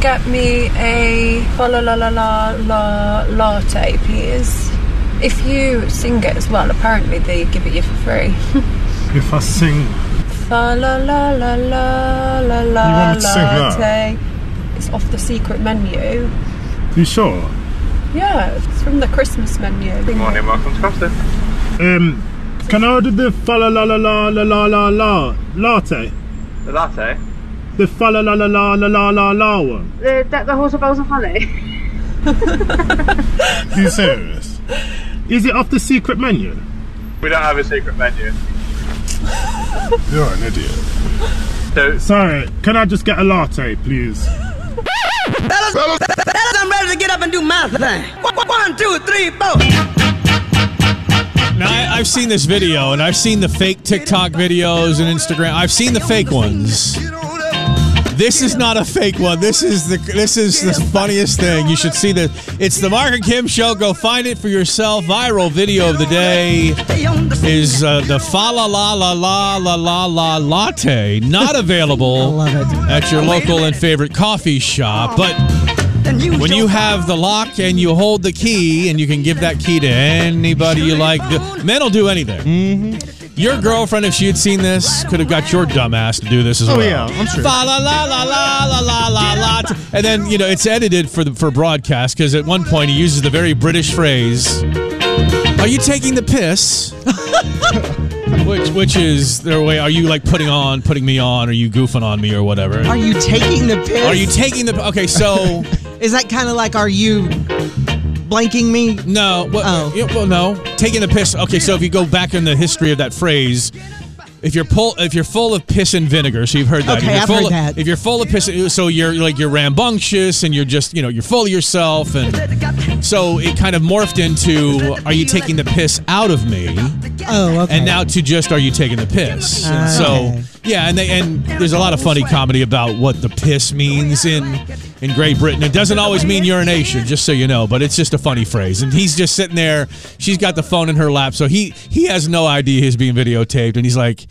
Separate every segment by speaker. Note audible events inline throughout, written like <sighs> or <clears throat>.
Speaker 1: get me a la la la la la la latte, please? If you sing it as well, apparently they give it you for free.
Speaker 2: If I sing,
Speaker 1: Fa la la la la la la
Speaker 2: wanted to sing that?
Speaker 1: latte. It's off the secret menu.
Speaker 2: you sure?
Speaker 1: Yeah, it's from the Christmas menu.
Speaker 3: Morning, welcome to Coston.
Speaker 2: Um, can I order the fa la la la la la la la la latte?
Speaker 3: The latte.
Speaker 2: The fa la la la la la la la la one.
Speaker 4: The, the, the horse of bells and honey.
Speaker 2: Are you serious? Is it off the secret menu?
Speaker 3: We don't have a secret menu.
Speaker 2: You're an idiot.
Speaker 3: So
Speaker 2: Sorry, can I just get a latte, please?
Speaker 5: Fellas, I'm ready to get up and do my thing. One, two, three, four.
Speaker 6: Now, I, I've seen this video, and I've seen the fake TikTok videos and Instagram. I've seen the fake ones. This is not a fake one. This is the this is the funniest thing. You should see this. It's the Mark and Kim show. Go find it for yourself. Viral video of the day is uh, the fa la la la la la la la latte. Not available
Speaker 5: <laughs> I love it.
Speaker 6: at your local and favorite coffee shop, but. When you have the lock and you hold the key and you can give that key to anybody you like, the- men will do anything.
Speaker 5: Mm-hmm.
Speaker 6: Your girlfriend, if she had seen this, could have got your dumb ass to do this
Speaker 5: Oh,
Speaker 6: as well.
Speaker 2: Oh, yeah, I'm sure.
Speaker 6: Fa la la la la la la la la. t- And then you know it's edited for the, for broadcast because at one point he uses the very British phrase, "Are you taking the
Speaker 5: <laughs>
Speaker 6: piss?" which which is their way. Are you like putting on, putting me on? Are you goofing on me or whatever?
Speaker 5: Are you taking the piss?
Speaker 6: Are you taking the? Okay, so.
Speaker 5: Is that kind of like, are you blanking me?
Speaker 6: No. Well,
Speaker 5: Oh.
Speaker 6: yeah, well, no. Taking the piss. Okay, so if you go back in the history of that phrase, if you're pull, if you're full of piss and vinegar, so you've heard that.
Speaker 5: Okay,
Speaker 6: if you're
Speaker 5: I've
Speaker 6: full
Speaker 5: heard
Speaker 6: of,
Speaker 5: that.
Speaker 6: If you're full of piss, so you're like you're rambunctious and you're just you know you're full of yourself, and so it kind of morphed into are you taking the piss out of me?
Speaker 5: Oh, okay.
Speaker 6: And now to just are you taking the piss?
Speaker 5: Ah, okay.
Speaker 6: So yeah, and they and there's a lot of funny comedy about what the piss means in in Great Britain. It doesn't always mean urination, just so you know, but it's just a funny phrase. And he's just sitting there, she's got the phone in her lap, so he he has no idea he's being videotaped, and he's like.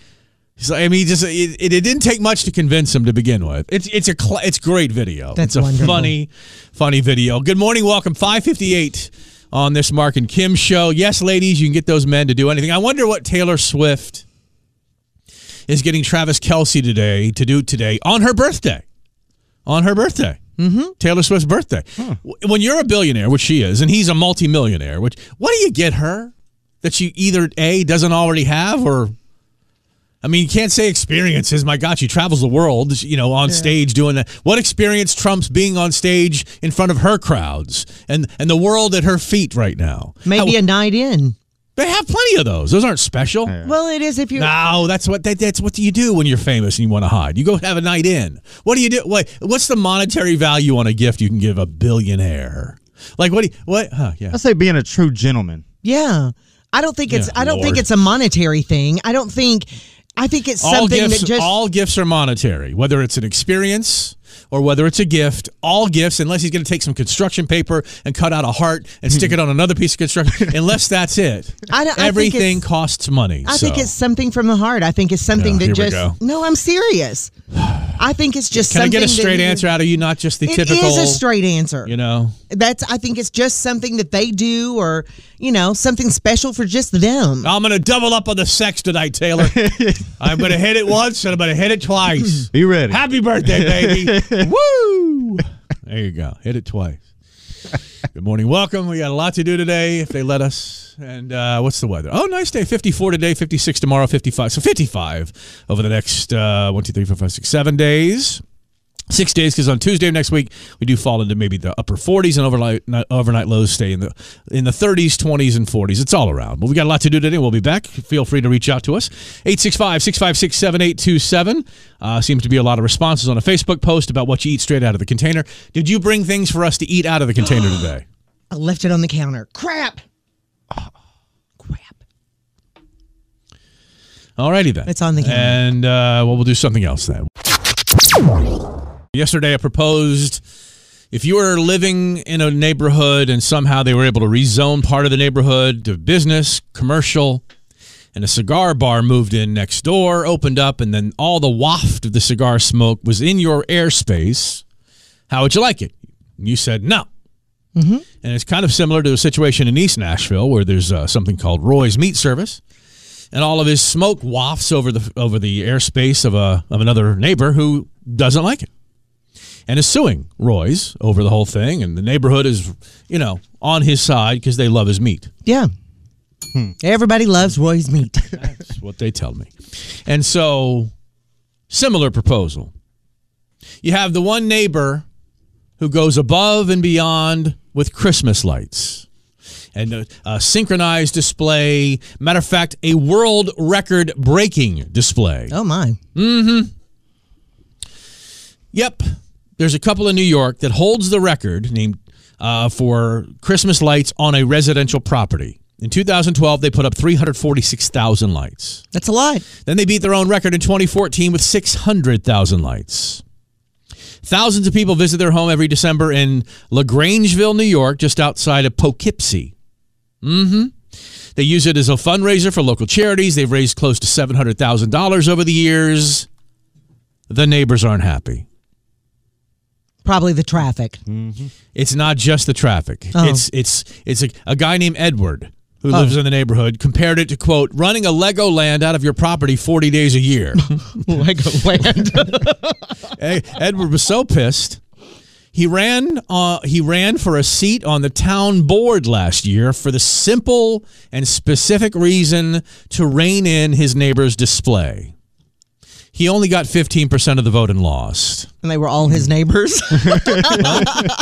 Speaker 6: he's like- I mean, he just it, it, it didn't take much to convince him to begin with. It's it's a cl- it's great video. it's
Speaker 5: That's
Speaker 6: a
Speaker 5: wonderful.
Speaker 6: funny, funny video. Good morning, welcome. Five fifty eight on this Mark and Kim show. Yes, ladies, you can get those men to do anything. I wonder what Taylor Swift is getting Travis Kelsey today to do today on her birthday. On her birthday. Mm-hmm. Taylor Swift's birthday. W- When you're a billionaire, which she is, and he's a multimillionaire, which what do you get her that she either A doesn't already have or I mean, you can't say experiences. My God, she travels the world, you know, on stage doing that. What experience trumps being on stage in front of her crowds and, and the world at her feet right now?
Speaker 5: Maybe
Speaker 6: How-
Speaker 5: a night in.
Speaker 6: they have plenty of those. Those aren't special.
Speaker 5: Well, it is if you.
Speaker 6: No, that's what that, that's what you do when you're famous and you want to hide. You go have a night in. What do you do? What what's the monetary value on a gift you can give a billionaire? Like what? Do you, what? Huh, yeah.
Speaker 7: I say being a true gentleman.
Speaker 5: Yeah. I don't think it's.
Speaker 6: Yeah,
Speaker 5: I don't think
Speaker 6: Lord.
Speaker 5: it's a monetary thing. I don't think. I think it's
Speaker 6: All
Speaker 5: something
Speaker 6: gifts,
Speaker 5: that just.
Speaker 6: all gifts are monetary, whether it's an experience or whether it's a gift. All gifts, unless he's going to take some construction paper and cut out a heart and stick it on another piece of construction, <laughs> unless that's it.
Speaker 5: I don't- I think
Speaker 6: Everything
Speaker 5: it's-
Speaker 6: costs money.
Speaker 5: I think
Speaker 6: so.
Speaker 5: it's something from the heart. I think it's something
Speaker 6: Yeah,
Speaker 5: that
Speaker 6: here we go.
Speaker 5: just. No, I'm serious. I think it's just.
Speaker 6: Can I
Speaker 5: something
Speaker 6: get a
Speaker 5: that
Speaker 6: straight
Speaker 5: you-
Speaker 6: answer out of you? Not just the
Speaker 5: It
Speaker 6: typical.
Speaker 5: is a straight answer.
Speaker 6: You know.
Speaker 5: That's. I think it's just something that they do, or you know, something special for just them.
Speaker 6: I'm going to double up on the sex tonight, Taylor.
Speaker 7: <laughs>
Speaker 6: I'm going to hit it once and I'm going to hit it twice.
Speaker 7: <laughs> Be ready.
Speaker 6: Happy birthday,
Speaker 7: <laughs>
Speaker 6: baby. Woo! There you go. Hit it twice. Good morning. Welcome. We got a lot to do today if they let us. And uh, what's the weather? Oh, nice day. 54 today, 56 tomorrow, 55. So 55 over the next uh, 1, 2, 3, 4, 5, 6, 7 days. Six days because on Tuesday of next week we do fall into maybe the upper 40s and overnight overnight lows stay in the in the 30s, 20s, and 40s. It's all around. But we got a lot to do today. We'll be back. Feel free to reach out to us 865-656-7827. Uh, seems to be a lot of responses on a Facebook post about what you eat straight out of the container. Did you bring things for us to eat out of the container today?
Speaker 5: I left it on the counter. Crap. Crap.
Speaker 6: Alrighty then.
Speaker 5: It's on the counter.
Speaker 6: And uh, well, we'll do something else then. Yesterday, I proposed if you were living in a neighborhood and somehow they were able to rezone part of the neighborhood to business, commercial, and a cigar bar moved in next door, opened up, and then all the waft of the cigar smoke was in your airspace. How would you like it? You said no.
Speaker 5: Mm-hmm.
Speaker 6: And it's kind of similar to a situation in East Nashville where there's uh, something called Roy's Meat Service, and all of his smoke wafts over the over the airspace of a of another neighbor who doesn't like it, and is suing Roy's over the whole thing. And the neighborhood is, you know, on his side because they love his meat.
Speaker 5: Yeah. Hmm. Everybody loves Roy's meat.
Speaker 6: That's what they tell me. And so, similar proposal. You have the one neighbor who goes above and beyond with Christmas lights and a, a synchronized display. Matter of fact, a world record breaking display.
Speaker 5: oh my.
Speaker 6: Yep. There's a couple in New York that holds the record named uh, for Christmas lights on a residential property. In 2012, they put up 346,000 lights.
Speaker 5: That's a lot.
Speaker 6: Then they beat their own record in 2014 with 600,000 lights. Thousands of people visit their home every December in LaGrangeville, New York, just outside of Poughkeepsie. Mm-hmm. They use it as a fundraiser for local charities. They've raised close to $700,000 over the years. The neighbors aren't happy.
Speaker 5: Probably the traffic.
Speaker 6: It's not just the traffic.
Speaker 5: Oh.
Speaker 6: It's it's it's a, a guy named Edward who lives in the neighborhood compared it to quote running a Legoland out of your property 40 days a year.
Speaker 5: Legoland.
Speaker 6: Ed- Edward was so pissed. He ran. Uh, he ran for a seat on the town board last year for the simple and specific reason to rein in his neighbor's display. He only got 15% of the vote and lost.
Speaker 5: <laughs> and they were all his neighbors.
Speaker 6: <laughs>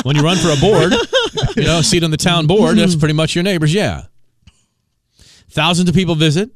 Speaker 6: When you run for a board, you know, a seat on the town board,
Speaker 5: Mm-hmm.
Speaker 6: that's pretty much your neighbors, yeah. Thousands of people visit.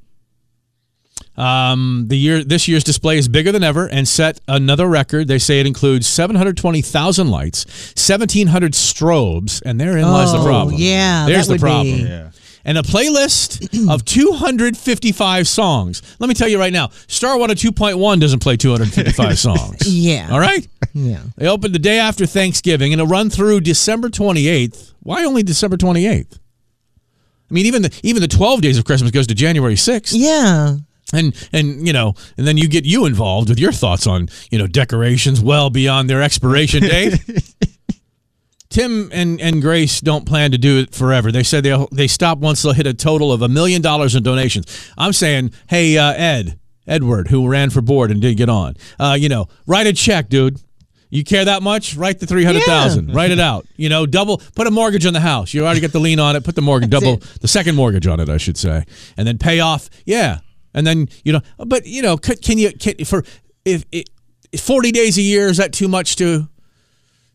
Speaker 6: Um, the year this year's display is bigger than ever and set another record. They say it includes 720,000 lights, 1,700 strobes, and therein lies the
Speaker 5: Oh,
Speaker 6: problem.
Speaker 5: yeah,
Speaker 6: there's
Speaker 5: that
Speaker 6: the
Speaker 5: would be-
Speaker 6: problem. And a
Speaker 5: <clears throat>
Speaker 6: playlist of 255 songs. Let me tell you right now, Star 102.1 doesn't play 255
Speaker 5: <laughs>
Speaker 6: songs.
Speaker 5: Yeah.
Speaker 6: All right.
Speaker 5: yeah.
Speaker 6: They opened the day after Thanksgiving and a run through December 28th. Why only December 28th? I mean, even the even the 12 days of Christmas goes to January 6th.
Speaker 5: Yeah.
Speaker 6: And and you know, and then you get you involved with your thoughts on, you know, decorations well beyond their expiration date. Tim and, and Grace don't plan to do it forever. They said they'll they stop once they'll hit a total of a million dollars in donations. I'm saying, hey, uh, Ed, Edward, who ran for board and didn't get on, uh, you know, write a check, dude. You care that much? Write the three hundred
Speaker 5: <laughs>
Speaker 6: thousand. Write it out. You know, double. Put a mortgage on the house. You already got the lien on it. Put the mortgage, double the second mortgage on it, I should say, and then pay off. Yeah, and then you know, but you know, could, can you can, for if, it forty days a year is that too much to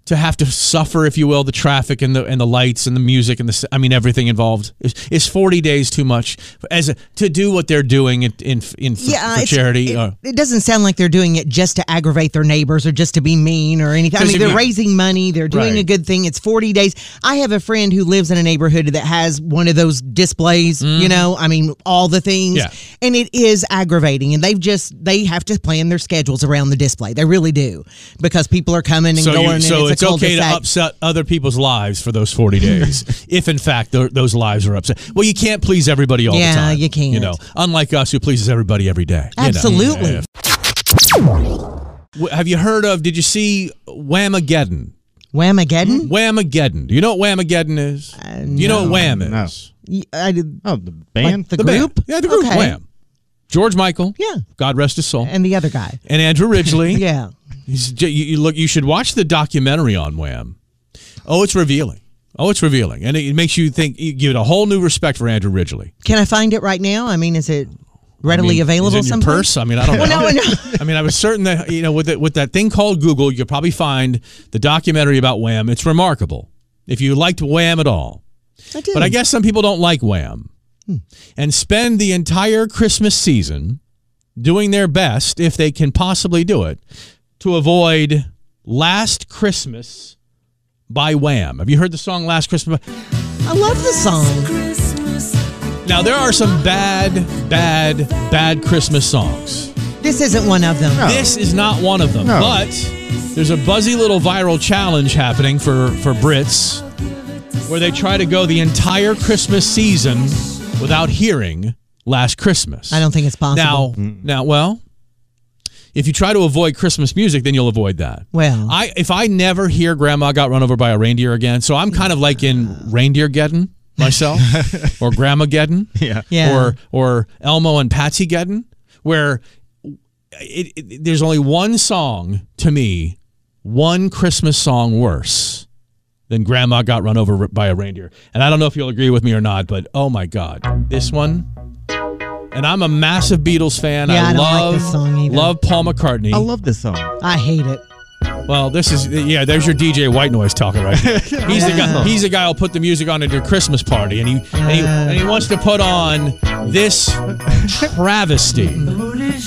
Speaker 6: to have to suffer, if you will, the traffic and the and the lights and the music and the s- I mean everything involved is, is forty days too much as a, to do what they're doing in in, in for,
Speaker 5: Yeah,
Speaker 6: for
Speaker 5: it's-
Speaker 6: charity.
Speaker 5: It,
Speaker 6: uh,
Speaker 5: it doesn't sound like they're doing it just to aggravate their neighbors or just to be mean or anything. I
Speaker 6: Because
Speaker 5: mean,
Speaker 6: if
Speaker 5: they're
Speaker 6: you-
Speaker 5: raising money, they're doing
Speaker 6: Right.
Speaker 5: a good thing. It's 40 days. I have a friend who lives in a neighborhood that has one of those displays, you know, I mean, all the things.
Speaker 6: Mm-hmm. Yeah.
Speaker 5: And it is aggravating. And they've just, they have to plan their schedules around the display. They really do because people are coming and
Speaker 6: so
Speaker 5: going.
Speaker 6: you,
Speaker 5: and
Speaker 6: so
Speaker 5: it's,
Speaker 6: it's,
Speaker 5: a
Speaker 6: okay to
Speaker 5: cul-de-sac.
Speaker 6: upset other people's lives for those forty
Speaker 5: <laughs>
Speaker 6: days, if in fact tho- those lives are upset. Well, you can't please everybody all
Speaker 5: Yeah,
Speaker 6: the time.
Speaker 5: you can't.
Speaker 6: You know, unlike us who pleases everybody every day. you know.
Speaker 5: Absolutely.
Speaker 6: Yeah. W- Have you heard of? Did you see Whamageddon? Mm-hmm.
Speaker 5: Whamageddon?
Speaker 6: Whamageddon. Do you know what Whamageddon is?
Speaker 5: Uh,
Speaker 6: Do you know what Wham is?
Speaker 2: No.
Speaker 5: Y- I did-
Speaker 2: Oh, the band.
Speaker 5: the
Speaker 6: The
Speaker 5: group?
Speaker 6: band. Yeah, the group
Speaker 5: Okay.
Speaker 6: Wham. George Michael.
Speaker 5: Yeah.
Speaker 6: God rest his soul. And,
Speaker 5: And the other guy.
Speaker 6: Andrew Ridgely.
Speaker 5: <laughs> Yeah.
Speaker 6: He's j- you, you look. You should watch the documentary on Wham. Oh, it's revealing. Oh, it's revealing, and it, it makes you think. You give it a whole new respect for Andrew Ridgely.
Speaker 5: Can I find it right now? I mean, is it
Speaker 6: I
Speaker 5: readily
Speaker 6: mean,
Speaker 5: available
Speaker 6: is it in your
Speaker 5: someplace?
Speaker 6: purse? I mean, I don't know.
Speaker 5: no, no.
Speaker 6: I mean, I was certain that you know, with it, with that thing called Google, you'll probably find the documentary about Wham. It's remarkable. If you liked Wham at all,
Speaker 5: I
Speaker 6: <laughs>
Speaker 5: do.
Speaker 6: But I guess some people don't like Wham and spend the entire Christmas season doing their best, if they can possibly do it, to avoid Last Christmas by Wham. Have you heard the song Last Christmas? by-
Speaker 5: I love the song.
Speaker 6: Now, there are some bad, bad, bad Christmas songs.
Speaker 5: This isn't one of them.
Speaker 6: This is not one of them,
Speaker 2: No.
Speaker 6: but there's a buzzy little viral challenge happening for, for Brits where they try to go the entire Christmas season without hearing Last Christmas.
Speaker 5: I don't think it's possible.
Speaker 6: Now, now, well, if you try to avoid Christmas music, then you'll avoid that.
Speaker 5: Well.
Speaker 6: I if I never hear Grandma got run over by a reindeer again, so I'm kind of like in reindeer geddon myself, or Grandma geddon, <laughs>
Speaker 7: Yeah.
Speaker 5: Yeah.
Speaker 6: or or Elmo and Patsy geddon, where it, it, there's only one song to me, one Christmas song worse than Grandma got run over by a reindeer. And I don't know if you'll agree with me or not, but oh my God, this one. And I'm a massive Beatles fan.
Speaker 5: Yeah,
Speaker 6: I,
Speaker 5: I don't like
Speaker 6: love
Speaker 5: this song either.
Speaker 6: love Paul McCartney.
Speaker 7: I love this song.
Speaker 5: I hate it.
Speaker 6: Well, this is yeah. There's your DJ White Noise talking right
Speaker 5: <laughs>
Speaker 6: there. He's the guy. He's the guy who'll put the music on at your Christmas party, and he and he, and he wants to put on this travesty.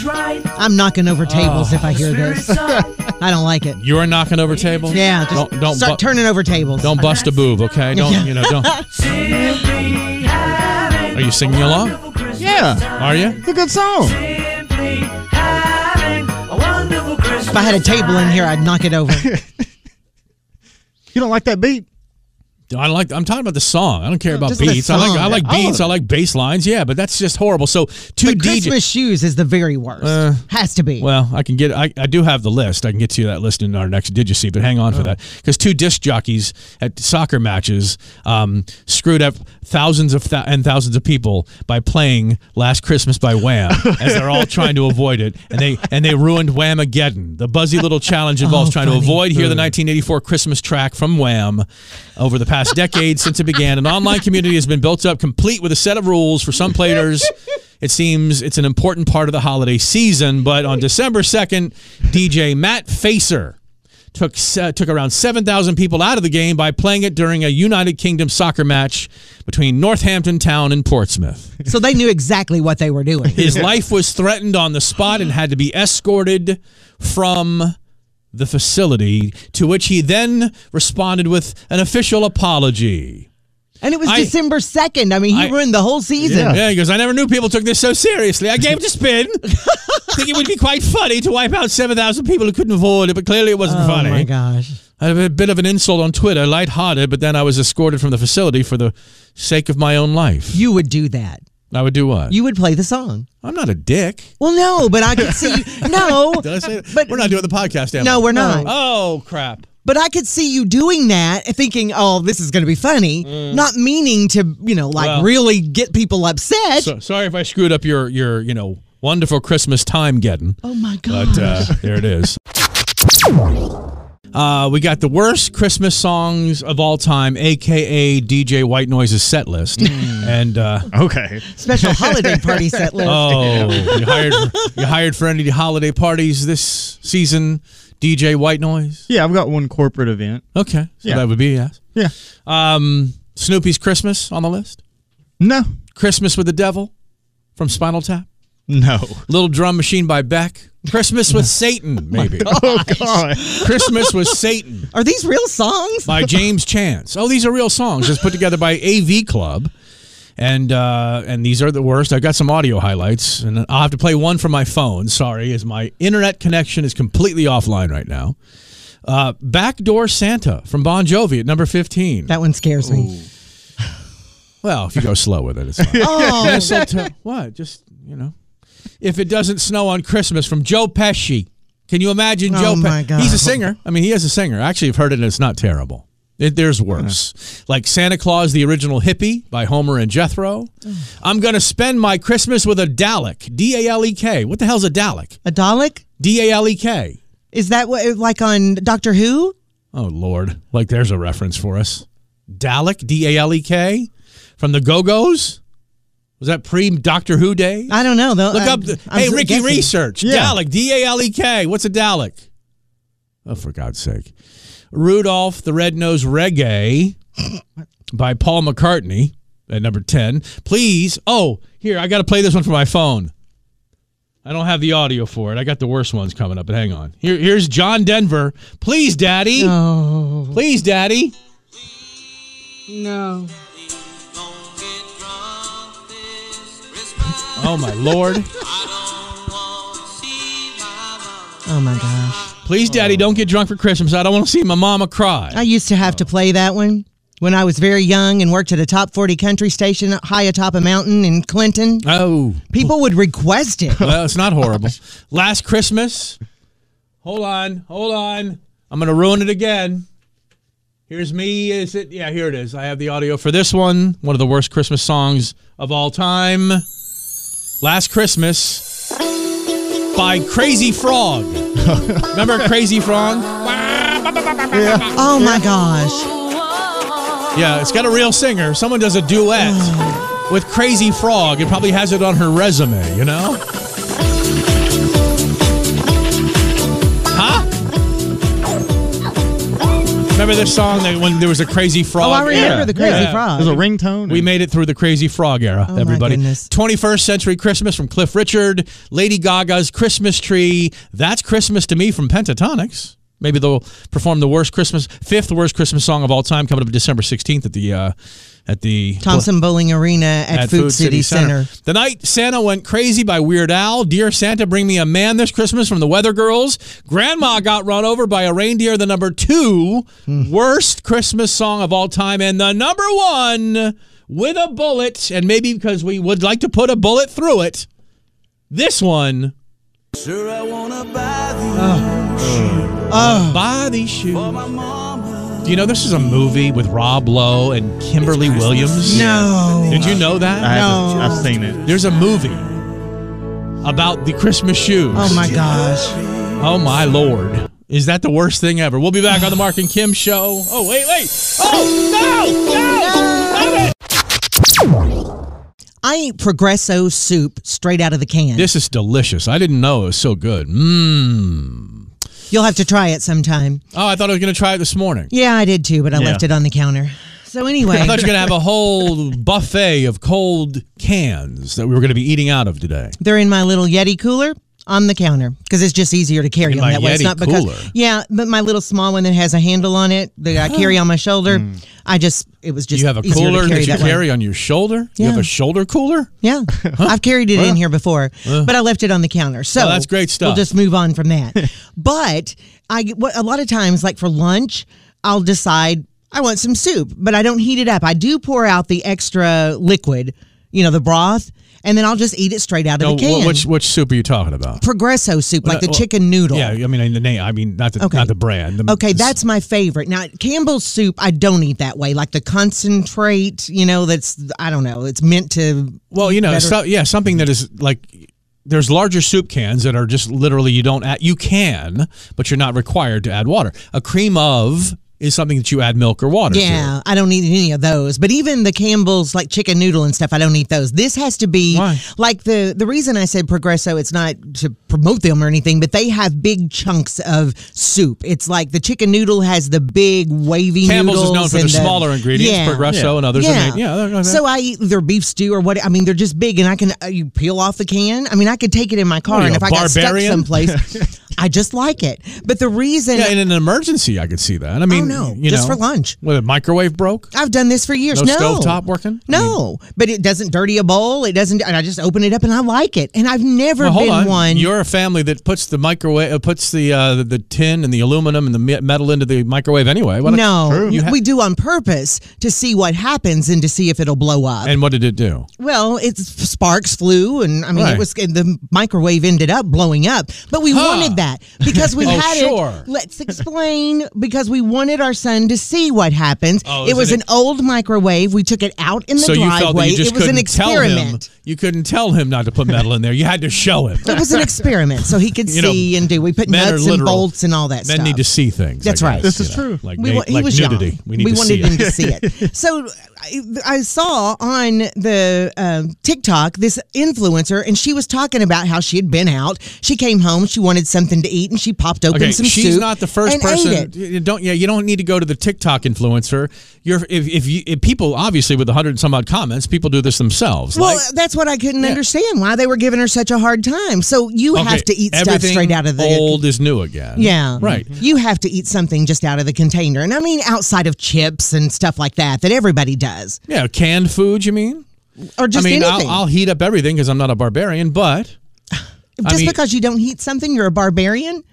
Speaker 5: I'm knocking over tables if I hear this. I don't like it.
Speaker 6: You are knocking over tables.
Speaker 5: Yeah, just
Speaker 6: Don't don't
Speaker 5: start
Speaker 6: bu-
Speaker 5: turning over tables.
Speaker 6: don't bust a boob, okay? Don't you know? Don't. Are you singing along?
Speaker 7: Yeah.
Speaker 6: Are you?
Speaker 7: It's a good song.
Speaker 5: If I had a table in here, I'd knock
Speaker 6: <laughs>
Speaker 5: it over.
Speaker 7: You don't like that beat?
Speaker 6: I like. I'm talking about the song. I don't care about
Speaker 5: just the
Speaker 6: beats. I like.
Speaker 5: song.
Speaker 6: I like
Speaker 7: I love
Speaker 6: beats.
Speaker 7: it.
Speaker 6: I like bass lines. Yeah, but that's just horrible. So two
Speaker 5: But
Speaker 6: DJs.
Speaker 5: Christmas shoes is the very worst. Has to be.
Speaker 6: Uh, Well, I can get. I, I do have the list. I can get to that list in our next Did You See? But hang on for that because two disc jockeys at soccer matches um, screwed up thousands of th- and thousands of people by playing "Last Christmas" by Wham as they're all trying to avoid it, and they and they ruined Wham again. The buzzy little challenge involves
Speaker 5: Oh,
Speaker 6: trying to
Speaker 5: funny.
Speaker 6: avoid here the 1984 Christmas track from Wham. Over the past decade since it began, an online community has been built up, complete with a set of rules for some players. It seems it's an important part of the holiday season, but on December 2nd, DJ Matt Facer took se- took around 7,000 people out of the game by playing it during a United Kingdom soccer match between Northampton Town and Portsmouth.
Speaker 5: So they knew exactly what they
Speaker 6: <laughs>
Speaker 5: were doing.
Speaker 6: His life was threatened on the spot and had to be escorted from the facility, to which he then responded with an official apology.
Speaker 5: And it was
Speaker 6: I-
Speaker 5: December 2nd. I mean, he
Speaker 6: I-
Speaker 5: ruined the whole season.
Speaker 7: Yeah.
Speaker 6: Yeah, he goes, I never knew people took this so seriously. I gave it a
Speaker 5: <laughs>
Speaker 6: spin, thinking it would be quite funny to wipe out 7,000 people who couldn't afford it, but clearly it wasn't
Speaker 5: Oh
Speaker 6: funny.
Speaker 5: my gosh.
Speaker 6: I had a bit of an insult on Twitter, lighthearted, but then I was escorted from the facility for the sake of my own life.
Speaker 5: You would do that.
Speaker 6: I would do what?
Speaker 5: You would play the song.
Speaker 6: I'm not a dick.
Speaker 5: Well, no, but I
Speaker 6: <laughs>
Speaker 5: could see no.
Speaker 6: Did
Speaker 5: <laughs>
Speaker 6: I say that?
Speaker 5: But-
Speaker 6: we're not doing the podcast, am
Speaker 5: No,
Speaker 6: we?
Speaker 5: we're not.
Speaker 6: Oh, crap.
Speaker 5: But I could see you doing that, and thinking, "Oh, this is going to be funny," not meaning to, you know, like
Speaker 6: Mm. Well-
Speaker 5: really get people
Speaker 6: <laughs>
Speaker 5: upset.
Speaker 6: So, sorry if I screwed up your, your you know, wonderful Christmas time getting.
Speaker 5: oh my god!
Speaker 6: But uh, there it is. Uh, we got the worst Christmas songs of all time, aka DJ White Noise's set list,
Speaker 5: Hmm.
Speaker 6: and
Speaker 5: <laughs>
Speaker 6: uh,
Speaker 7: Okay.
Speaker 6: <laughs>
Speaker 5: Special holiday party set list.
Speaker 6: oh, you hired you hired for any holiday parties this season, DJ White Noise.
Speaker 7: Yeah, I've got one corporate event.
Speaker 6: Okay, so
Speaker 7: Yeah.
Speaker 6: that would be a yes.
Speaker 7: Yeah.
Speaker 6: Um, Snoopy's Christmas on the list.
Speaker 7: No.
Speaker 6: Christmas with the Devil from Spinal Tap.
Speaker 7: No.
Speaker 6: Little Drum Machine by Beck. Christmas with Satan, maybe.
Speaker 7: <laughs> Oh God.
Speaker 6: Christmas with Satan.
Speaker 5: Are these real songs?
Speaker 6: by James Chance. Oh, these are real songs. It's put together by AV Club. And uh, and these are the worst. I've got some audio highlights, and I'll have to play one from my phone. Sorry, as my internet connection is completely offline right now. Uh, Backdoor Santa from Bon Jovi at number fifteen.
Speaker 5: That one scares me.
Speaker 6: well, if you go slow with it, it's fine.
Speaker 5: Oh,
Speaker 6: Mistletoe- what? Just you know, if it doesn't snow on Christmas from Joe Pesci. Can you imagine
Speaker 5: Oh,
Speaker 6: Joe? Pe-
Speaker 5: my God.
Speaker 6: He's a singer. I mean, he is a singer. Actually, I've heard it. and It's not terrible. It, there's worse, like Santa Claus: The Original Hippie by Homer and Jethro.
Speaker 5: Oh.
Speaker 6: I'm gonna spend my Christmas with a Dalek. D a l e k. What the hell's a Dalek?
Speaker 5: a Dalek?
Speaker 6: D a l e k.
Speaker 5: Is that what like on Doctor Who?
Speaker 6: Oh Lord! Like there's a reference for us. Dalek. D a l e k. From the Go Go's. Was that pre Doctor Who day?
Speaker 5: I don't know. Though.
Speaker 6: Look
Speaker 5: I-
Speaker 6: up. The,
Speaker 5: Uh, I'm
Speaker 6: hey,
Speaker 5: s-
Speaker 6: Ricky,
Speaker 5: guessing.
Speaker 6: research.
Speaker 7: Yeah.
Speaker 6: Dalek. D A L E K. What's a Dalek? Oh, for God's sake. Rudolph the Red-Nosed
Speaker 5: <coughs>
Speaker 6: Reggae by Paul McCartney at number 10. Please. Oh, here, I got to play this one for my phone. I don't have the audio for it. I got the worst ones coming up, but hang on. Here, here's John Denver. Please, Daddy.
Speaker 5: Oh
Speaker 6: Please, Daddy.
Speaker 5: no!
Speaker 6: Oh, my Lord.
Speaker 5: Oh my gosh!
Speaker 6: Please, Daddy, don't get drunk for Christmas. I don't want to see my mama cry.
Speaker 5: I used to have to play that one. when I was very young and worked at a top 40 country station high atop a mountain in Clinton.
Speaker 6: Oh,
Speaker 5: People would request it.
Speaker 6: well, it's not horrible. Last Christmas. Hold on, hold on. I'm gonna ruin it again. Here's me. Is it? Yeah, here it is. I have the audio for this one. One of the worst Christmas songs of all time. Last Christmas by Crazy <laughs> Frog. Remember Crazy Frog?
Speaker 5: Oh my gosh.
Speaker 6: Yeah, it's got a real singer. Someone does a duet with Crazy Frog. It probably has it on her resume, you know? Huh? Remember this song that when there was a Crazy Frog?
Speaker 5: Oh, I remember
Speaker 7: Yeah.
Speaker 5: the crazy
Speaker 6: Yeah.
Speaker 5: frog.
Speaker 7: There's a ringtone.
Speaker 6: We made it through the crazy frog era,
Speaker 5: Oh, my
Speaker 6: everybody.
Speaker 5: goodness.
Speaker 6: 21st Century Christmas from Cliff Richard, Lady Gaga's Christmas Tree. That's Christmas to me from Pentatonics. Maybe they'll perform the worst Christmas, fifth worst Christmas song of all time, coming up December 16th at the uh, at the
Speaker 5: Thompson Bowling Arena at, Food, City, Center.
Speaker 6: The night Santa went crazy by Weird Al, Dear Santa, Bring Me a Man This Christmas from the Weather Girls. Grandma got run over by a reindeer, the number two
Speaker 5: Hmm.
Speaker 6: worst Christmas song of all time, and the number one with a bullet, and maybe because we would like to put a bullet through it. This one. buy these shoes. Do you know this is a movie with Rob Lowe and Kimberly Williams?
Speaker 5: No.
Speaker 6: Did you know that?
Speaker 7: I haven't-
Speaker 5: No.
Speaker 7: I've seen it.
Speaker 6: There's a movie about the Christmas shoes.
Speaker 5: Oh my gosh.
Speaker 6: Oh my lord. Is that the worst thing ever? We'll be back on the Mark and Kim show. Oh wait, wait. Oh no! No! Stop it!
Speaker 5: I eat Progresso soup straight out of the can.
Speaker 6: This is delicious. I didn't know it was so good. Mmm.
Speaker 5: You'll have to try it sometime.
Speaker 6: Oh, I thought I was gonna try it this morning.
Speaker 5: Yeah, I did too, but I
Speaker 7: Yeah.
Speaker 5: left it on the counter. So anyway,
Speaker 6: I <laughs> thought you were gonna have a whole buffet of cold cans that we were gonna be eating out of today.
Speaker 5: they're in my little Yeti cooler on the counter because it's just easier to carry
Speaker 6: In
Speaker 5: them
Speaker 6: my
Speaker 5: that way. It's
Speaker 6: Yeti
Speaker 5: not because
Speaker 6: cooler?
Speaker 5: yeah, but my little small one that has a handle on it that
Speaker 6: <gasps>
Speaker 5: I carry on my shoulder. I just it was just
Speaker 6: Hmm. You have a
Speaker 5: easier to
Speaker 6: cooler
Speaker 5: carry
Speaker 6: that you
Speaker 5: way.
Speaker 6: carry on your shoulder? You have
Speaker 5: Yeah.
Speaker 6: a shoulder cooler? <laughs>
Speaker 5: Yeah, I've carried it in here before, but I left it on the counter. So
Speaker 6: Uh. Well, that's great stuff.
Speaker 5: We'll just move on from
Speaker 6: <laughs>
Speaker 5: that. but I, what, a lot of times, like for lunch, I'll decide I want some soup, but I don't heat it up. I do pour out the extra liquid, you know, the broth, and then I'll just eat it straight out of
Speaker 6: No,
Speaker 5: the can.
Speaker 6: wh- which which soup are you talking about?
Speaker 5: Progresso soup, like the
Speaker 6: Well,
Speaker 5: chicken noodle.
Speaker 6: Yeah, I mean in the name. I mean not the
Speaker 5: Okay.
Speaker 6: not the brand. The-
Speaker 5: Okay, that's my favorite. Now, Campbell's soup, I don't eat that way. Like the concentrate, you know, that's, I don't know, it's meant to.
Speaker 6: well, you know,
Speaker 5: better-
Speaker 6: so, yeah, something that is like there's larger soup cans that are just literally you don't add. You can, but you're not required to add water. A cream of is something that you add milk or water. to.
Speaker 5: Yeah, I don't eat any of those. But even the Campbell's like chicken noodle and stuff, I don't eat those. This has to be
Speaker 6: Why?
Speaker 5: like the the reason I said Progresso. It's not to promote them or anything, but they have big chunks of soup. It's like the chicken noodle has the big wavy.
Speaker 6: Campbell's is known
Speaker 5: noodles
Speaker 6: for the,
Speaker 5: and
Speaker 6: smaller ingredients,
Speaker 5: Yeah.
Speaker 6: Progresso and others. Are
Speaker 5: yeah.
Speaker 6: made, yeah they're- they're-
Speaker 5: So I eat their beef stew or what? I mean, they're just big, and I can uh, you peel off the can. I mean, I could take it in my car,
Speaker 6: What are you,
Speaker 5: and if
Speaker 6: a
Speaker 5: I got stuck
Speaker 6: barbarian? <laughs>
Speaker 5: someplace, I just like it. But the reason
Speaker 6: yeah, in an emergency, I could see that. I mean,
Speaker 5: Oh, no,
Speaker 6: you
Speaker 5: just
Speaker 6: know,
Speaker 5: for lunch.
Speaker 6: When the microwave broke,
Speaker 5: I've done this for years.
Speaker 6: No
Speaker 5: No,
Speaker 6: stovetop working?
Speaker 5: No, but it doesn't dirty a bowl. It doesn't, and I just open it up and I like it. And I've never
Speaker 6: Well, hold
Speaker 5: been
Speaker 6: on.
Speaker 5: one.
Speaker 6: You're a family that puts the microwave, uh, puts the, uh, the the tin and the aluminum and the me- metal into the microwave anyway. What
Speaker 5: no,
Speaker 6: You ha-
Speaker 5: we do on purpose to see what happens and to see if it'll blow up.
Speaker 6: and what did it do?
Speaker 5: well, it's sparks flew, and I mean,
Speaker 6: Right.
Speaker 5: it was and the microwave ended up blowing up. But we wanted that because
Speaker 6: <laughs>
Speaker 5: we
Speaker 6: Oh,
Speaker 5: had
Speaker 6: sure.
Speaker 5: it. Let's explain because we wanted our son to see what happens.
Speaker 6: Oh,
Speaker 5: it
Speaker 6: is
Speaker 5: was
Speaker 6: it
Speaker 5: an old microwave. We took it out in the
Speaker 6: so you
Speaker 5: driveway.
Speaker 6: felt that you just
Speaker 5: it was
Speaker 6: couldn't
Speaker 5: an experiment.
Speaker 6: tell him. You couldn't tell him not to put metal in there. You had to show
Speaker 5: <laughs>
Speaker 6: him.
Speaker 5: It was an experiment, so he could
Speaker 6: <laughs> You know,
Speaker 5: see and do. We put
Speaker 6: men are
Speaker 5: nuts and
Speaker 6: literal.
Speaker 5: bolts and all that
Speaker 6: Men
Speaker 5: stuff.
Speaker 6: need to see things.
Speaker 5: That's
Speaker 6: I
Speaker 5: right.
Speaker 6: guess,
Speaker 7: This is
Speaker 6: you know,
Speaker 7: true.
Speaker 6: Like,
Speaker 5: we,
Speaker 6: na-
Speaker 5: wa- he
Speaker 6: like
Speaker 5: was
Speaker 6: nudity.
Speaker 5: young.
Speaker 6: We need to
Speaker 5: wanted
Speaker 6: see
Speaker 5: him
Speaker 6: it.
Speaker 5: to see it.
Speaker 6: <laughs>
Speaker 5: So I, I saw on the um, TikTok this influencer, and she was talking about how she had been out. She came home, she wanted something to eat, and she popped open
Speaker 6: Okay,
Speaker 5: some
Speaker 6: she's
Speaker 5: soup
Speaker 6: not the first
Speaker 5: and ate
Speaker 6: person.
Speaker 5: it.
Speaker 6: You don't yeah, you don't need to go to the TikTok influencer. You're if if, you, if people obviously with a hundred and some odd comments, people do this themselves.
Speaker 5: Well,
Speaker 6: like,
Speaker 5: that's what I couldn't understand why they were giving her such a hard time. So you
Speaker 6: okay,
Speaker 5: have to eat stuff
Speaker 6: everything
Speaker 5: straight out of the
Speaker 6: old is new again.
Speaker 5: Yeah.
Speaker 6: right.
Speaker 5: You have to eat something just out of the container. And I mean outside of chips and stuff like that that everybody does.
Speaker 6: Yeah, canned food. You mean?
Speaker 5: Or just
Speaker 6: I mean, I'll,
Speaker 5: anything.
Speaker 6: I'll heat up everything because I'm not a barbarian, but
Speaker 5: just
Speaker 6: mean-
Speaker 5: because you don't heat something, you're a barbarian?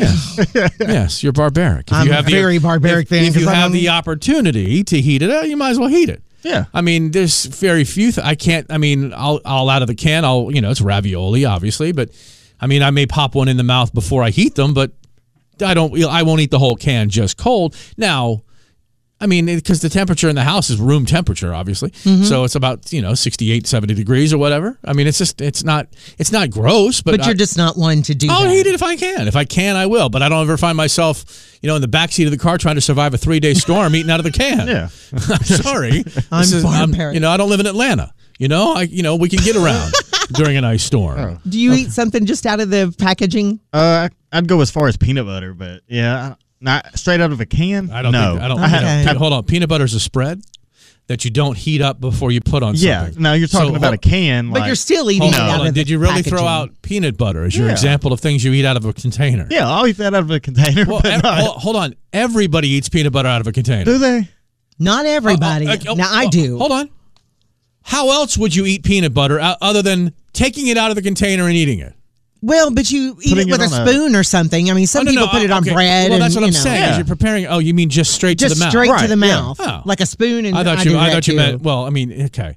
Speaker 5: <laughs>
Speaker 6: yes, you're barbaric. If
Speaker 5: I'm very barbaric
Speaker 6: If,
Speaker 5: then,
Speaker 6: if you
Speaker 5: 'cause
Speaker 6: have
Speaker 5: I'm-
Speaker 6: the opportunity to heat it up, you might as well heat it.
Speaker 7: Yeah.
Speaker 6: I mean, there's very few. Th- I can't. I mean, I'll, I'll out of the can. I'll, you know, it's ravioli, obviously, but I mean, I may pop one in the mouth before I heat them, but I don't. I won't eat the whole can just cold. Now, I mean, because the temperature in the house is room temperature, obviously.
Speaker 5: Mm-hmm.
Speaker 6: So it's about you know 68, 70 degrees or whatever. I mean, it's just it's not it's not gross, but,
Speaker 5: But you're
Speaker 6: I-
Speaker 5: just not one to do
Speaker 6: I'll
Speaker 5: that.
Speaker 6: heat it if I can. If I can, I will. But I don't ever find myself, you know, in the backseat of the car trying to survive a three day storm eating out of the can.
Speaker 7: Yeah.
Speaker 6: <laughs> I'm
Speaker 7: <laughs>
Speaker 6: sorry.
Speaker 5: I'm
Speaker 6: This
Speaker 5: barbaric.
Speaker 6: you know, I don't live in Atlanta. You know, I you know we can get
Speaker 7: <laughs>
Speaker 6: around during an ice storm.
Speaker 7: Oh,
Speaker 5: Do you eat something just out of the packaging?
Speaker 7: Uh, I'd go as far as peanut butter, but yeah, I- not straight out of a can.
Speaker 6: I don't.
Speaker 7: know.
Speaker 6: Think, I don't.
Speaker 5: Okay.
Speaker 6: Think, hold on. Peanut butter's a spread that you don't heat up before you put on.
Speaker 7: yeah.
Speaker 6: something.
Speaker 7: Now you're
Speaker 6: So
Speaker 7: talking about a
Speaker 6: hold-
Speaker 7: can.
Speaker 5: But
Speaker 7: like-
Speaker 5: you're still eating
Speaker 6: Hold
Speaker 5: it
Speaker 6: on,
Speaker 5: out
Speaker 6: hold on.
Speaker 5: of the
Speaker 6: Did you really throw
Speaker 5: packaging.
Speaker 6: out peanut butter as your
Speaker 7: Yeah.
Speaker 6: example of things you eat out of a container?
Speaker 7: Yeah, I'll eat that out of a container.
Speaker 6: Well,
Speaker 7: but
Speaker 6: ev-
Speaker 7: not-
Speaker 6: hol- hold on. Everybody eats peanut butter out of a container.
Speaker 7: do they?
Speaker 5: Not everybody.
Speaker 6: Oh, oh, oh,
Speaker 5: now
Speaker 6: oh,
Speaker 5: I do.
Speaker 6: Hold on. How else would you eat peanut butter o- other than taking it out of the container and eating it?
Speaker 5: Well, but you eat it
Speaker 7: Putting
Speaker 5: with
Speaker 7: it
Speaker 5: a
Speaker 7: on a-
Speaker 5: spoon or something. I mean, some
Speaker 6: Oh, no,
Speaker 5: people
Speaker 6: no,
Speaker 5: put
Speaker 6: uh,
Speaker 5: it on
Speaker 6: okay.
Speaker 5: bread.
Speaker 6: Well, that's
Speaker 5: and,
Speaker 6: what I'm
Speaker 5: you know,
Speaker 6: saying. Is
Speaker 7: Yeah.
Speaker 6: you're preparing. Oh, you mean just straight to
Speaker 5: Just
Speaker 6: the mouth?
Speaker 5: straight to
Speaker 7: Right,
Speaker 5: the
Speaker 7: yeah.
Speaker 5: mouth,
Speaker 6: Oh.
Speaker 5: like a spoon. And
Speaker 6: I thought
Speaker 5: I
Speaker 6: you.
Speaker 5: do
Speaker 6: I
Speaker 5: that
Speaker 6: thought you
Speaker 5: too.
Speaker 6: meant. Well, I mean,
Speaker 5: <laughs>
Speaker 6: okay.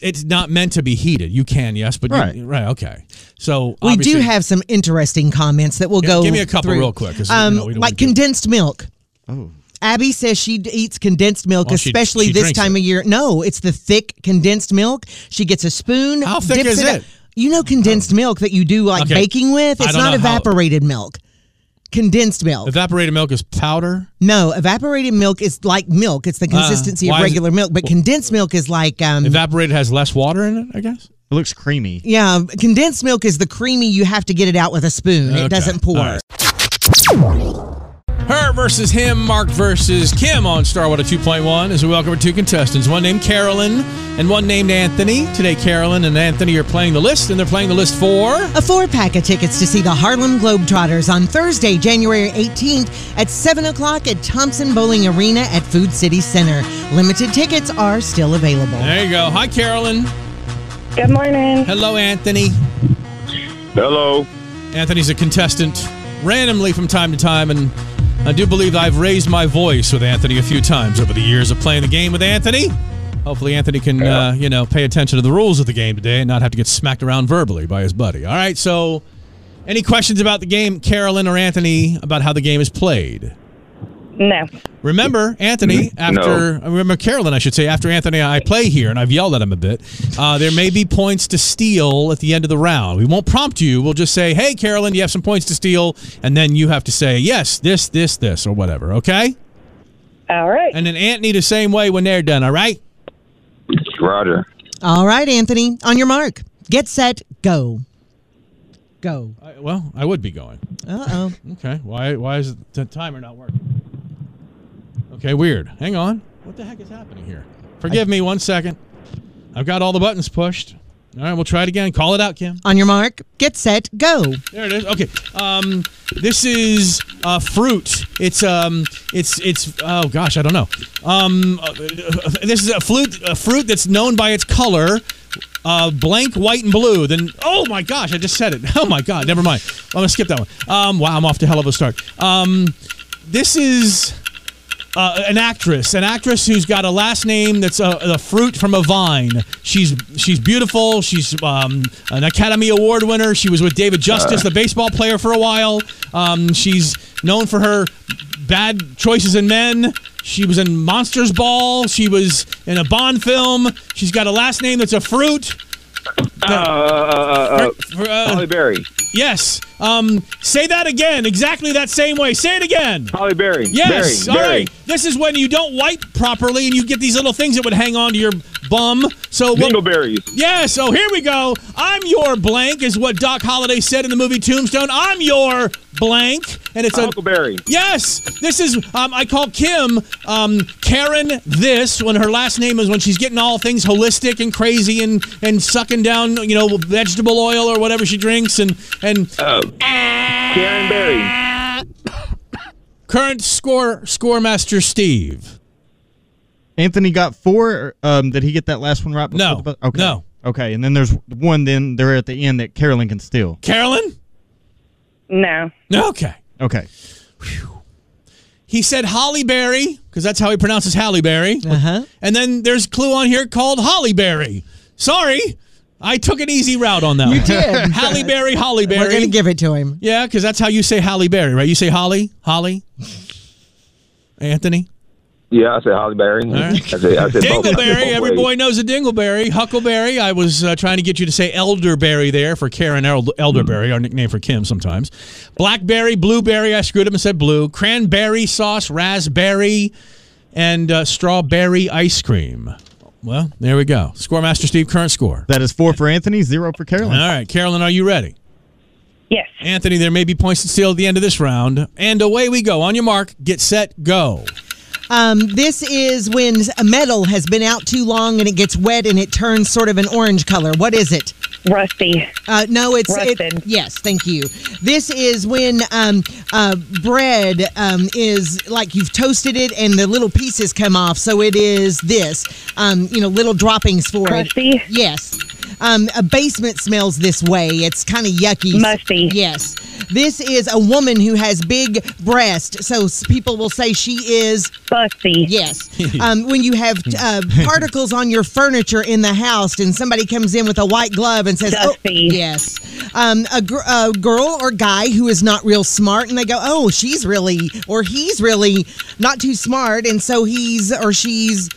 Speaker 6: it's not meant to be heated. You can, yes, but
Speaker 7: Right.
Speaker 6: You, right, okay. So
Speaker 5: we do
Speaker 6: obviously-
Speaker 5: have some interesting comments that we'll
Speaker 6: Yeah,
Speaker 5: go.
Speaker 6: give me a couple
Speaker 5: through.
Speaker 6: real quick, 'cause, you
Speaker 5: Um,
Speaker 6: know, we don't
Speaker 5: like
Speaker 6: wanna do-
Speaker 5: condensed milk. Abby says she d- eats condensed milk,
Speaker 6: Oh, she-
Speaker 5: especially
Speaker 6: she
Speaker 5: this
Speaker 6: drinks
Speaker 5: time
Speaker 6: it.
Speaker 5: of year. No, it's the thick condensed milk. She gets a spoon.
Speaker 6: How thick
Speaker 5: dips
Speaker 6: is
Speaker 5: it? up-
Speaker 6: it? Oh.
Speaker 5: You know, condensed milk that you do like
Speaker 6: Okay.
Speaker 5: baking with.
Speaker 6: I
Speaker 5: It's
Speaker 6: don't
Speaker 5: not
Speaker 6: know how-
Speaker 5: evaporated milk. Condensed milk.
Speaker 6: evaporated milk is powder.
Speaker 5: No, evaporated milk is like milk. It's the consistency
Speaker 6: Uh, why
Speaker 5: of
Speaker 6: is it-
Speaker 5: regular milk, but condensed milk is like um
Speaker 6: Evaporated has less water in it, I guess.
Speaker 7: It looks creamy.
Speaker 5: yeah, condensed milk is the creamy you have to get it out with a spoon.
Speaker 6: Okay.
Speaker 5: It doesn't pour.
Speaker 6: All right. Her versus him, Mark versus Kim on Starwater 2.1 as we welcome our two contestants, one named Carolyn and one named Anthony. Today, Carolyn and Anthony are playing the list, and they're playing the list for.
Speaker 5: A four pack of tickets to see the Harlem Globetrotters on Thursday, January 18th at 7 o'clock at Thompson Bowling Arena at Food City Center. Limited tickets are still available.
Speaker 6: There you go. Hi, Carolyn.
Speaker 8: Good morning.
Speaker 6: Hello, Anthony.
Speaker 9: Hello.
Speaker 6: Anthony's a contestant randomly from time to time, and I do believe I've raised my voice with Anthony a few times over the years of playing the game with Anthony. Hopefully, Anthony can uh, you know pay attention to the rules of the game today and not have to get smacked around verbally by his buddy. All right, so any questions about the game, Carolyn or Anthony, about how the game is played?
Speaker 8: No.
Speaker 6: Remember, Anthony,
Speaker 9: N- no.
Speaker 6: after, remember Carolyn, I should say, after Anthony and I play here, and I've yelled at him a bit, uh, there may be points to steal at the end of the round. We won't prompt you. We'll just say, hey, Carolyn, you have some points to steal. And then you have to say, yes, this, this, this, or whatever, okay?
Speaker 8: All right.
Speaker 6: And then Anthony the same way when they're done, all right?
Speaker 9: Roger.
Speaker 5: All right, Anthony, on your mark. Get set, go. Go.
Speaker 6: I, well, I would be going.
Speaker 5: Uh oh.
Speaker 6: Okay. Why, why is the timer not working? Okay, weird. Hang on. What the heck is happening here? Forgive me one second. I've got all the buttons pushed. All right, we'll try it again. Call it out, Kim.
Speaker 5: On your mark, get set, go.
Speaker 6: There it is. Okay. Um, this is uh, fruit. It's um, it's it's. Oh gosh, I don't know. Um, uh, uh, this is a fruit a fruit that's known by its color, uh, blank white and blue. Then oh my gosh, I just said it. <laughs> Oh my god, never mind. I'm gonna skip that one. Um, wow, I'm off to hell of a start. Um, this is. Uh, an actress, an actress who's got a last name that's a, a fruit from a vine. She's she's beautiful. She's um, an Academy Award winner. She was with David Justice, the baseball player, for a while. Um, she's known for her bad choices in men. She was in Monsters Ball. She was in a Bond film. She's got a last name that's a fruit.
Speaker 9: Uh, uh, uh,
Speaker 6: For- for,
Speaker 9: uh,
Speaker 6: uh,
Speaker 9: Holly Berry.
Speaker 6: yes. Um, say that again, exactly that same way. Say it again.
Speaker 9: Holly Berry.
Speaker 6: Yes.
Speaker 9: Berry.
Speaker 6: All
Speaker 9: Berry.
Speaker 6: right. This is when you don't wipe properly and you get these little things that would hang on to your bum. So what?
Speaker 9: Dingleberries.
Speaker 6: Yeah, so here we go. I'm your blank is what Doc Holliday said in the movie Tombstone. I'm your blank, and it's a
Speaker 9: Huckleberry.
Speaker 6: Yes, this is. Um, I call Kim um, Karen this when her last name is when she's getting all things holistic and crazy and and sucking down you know vegetable oil or whatever she drinks and and
Speaker 9: Karen Berry.
Speaker 6: current score score master Steve.
Speaker 7: Anthony got four. or, Um, did he get that last one right? before
Speaker 6: No.
Speaker 7: the bu- okay.
Speaker 6: No.
Speaker 7: Okay. And then there's one. Then they're at the end that Carolyn can steal.
Speaker 6: Carolyn,
Speaker 8: No.
Speaker 6: Okay.
Speaker 7: Okay.
Speaker 6: He said Holly Berry, because that's how he pronounces Halle Berry.
Speaker 5: Uh-huh.
Speaker 6: And then there's a clue on here called Holly Berry. Sorry, I took an easy route on that
Speaker 5: You
Speaker 6: one.
Speaker 5: did.
Speaker 6: <laughs> Halle Berry, Holly Berry.
Speaker 5: We're gonna give it to him.
Speaker 6: Yeah, because that's how you say Halle Berry, right? You say Holly,
Speaker 5: <laughs>
Speaker 6: Holly, Anthony,
Speaker 9: Yeah, I said Holly Berry.
Speaker 6: right.
Speaker 9: I said, I said both-
Speaker 6: Dingleberry.
Speaker 9: both
Speaker 6: Every
Speaker 9: ways.
Speaker 6: boy knows a Dingleberry. Huckleberry. I was uh, trying to get you to say Elderberry there for Karen Eld- Elderberry, our nickname for Kim sometimes. Blackberry, blueberry. I screwed up and said blue. Cranberry sauce, raspberry, and uh, strawberry ice cream. Well, there we go. Scoremaster Steve, current score.
Speaker 7: That is four for Anthony, zero for
Speaker 6: All
Speaker 7: Carolyn.
Speaker 6: right, Carolyn, are you ready?
Speaker 8: Yes.
Speaker 6: Anthony, there may be points to steal at the end of this round. And away we go. On your mark, get set, go.
Speaker 5: Um, this is when a metal has been out too long and it gets wet and it turns sort of an orange color. What is it?
Speaker 8: Rusty.
Speaker 5: Uh, no, it's it-
Speaker 8: Rusted.
Speaker 5: yes. Thank you. This is when um, uh, bread um, is like you've toasted it and the little pieces come off. So it is this, um, you know, little droppings for
Speaker 8: Crusty?
Speaker 5: it. Yes. Um, a basement smells this way. It's kind of yucky.
Speaker 8: Musty.
Speaker 5: Yes. This is a woman who has big breasts, so s- people will say she is
Speaker 8: Busty.
Speaker 5: Yes. Um, when you have uh, particles on your furniture in the house and somebody comes in with a white glove and says, oh,
Speaker 8: Dusty.
Speaker 5: yes. Um, a, gr- a girl or guy who is not real smart and they go, oh, she's really, or he's really not too smart. And so he's or she's,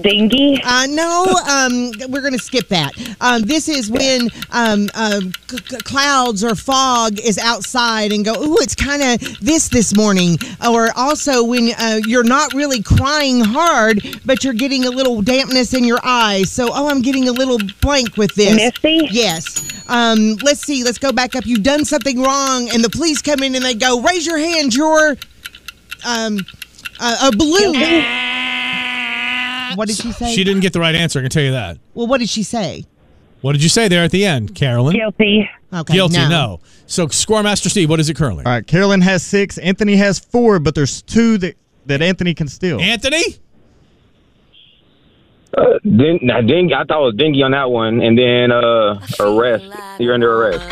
Speaker 8: Dingy.
Speaker 5: uh, no, um, we're going to skip that. Um, this is when um, um, c- c- clouds or fog is outside and go, ooh, it's kind of this this morning. Or also when uh, you're not really crying hard, but you're getting a little dampness in your eyes. So, oh, I'm getting a little blank with this.
Speaker 8: Misty?
Speaker 5: Yes. Um, let's see. Let's go back up. You've done something wrong, and the police come in and they go, raise your hand. You're um, uh, a balloon. What did she say?
Speaker 6: She didn't get the right answer, I can tell you that.
Speaker 5: Well, what did she say?
Speaker 6: What did you say there at the end, Carolyn?
Speaker 8: Guilty.
Speaker 5: Okay,
Speaker 6: Guilty, no. So, Scoremaster Steve, what is it currently?
Speaker 9: Uh,
Speaker 7: All right. Carolyn has six. Anthony has four, but there's two that, that Anthony can steal.
Speaker 6: Anthony?
Speaker 9: Uh, ding, now, ding, I thought it was dingy on that one, and then uh, arrest. You're under arrest.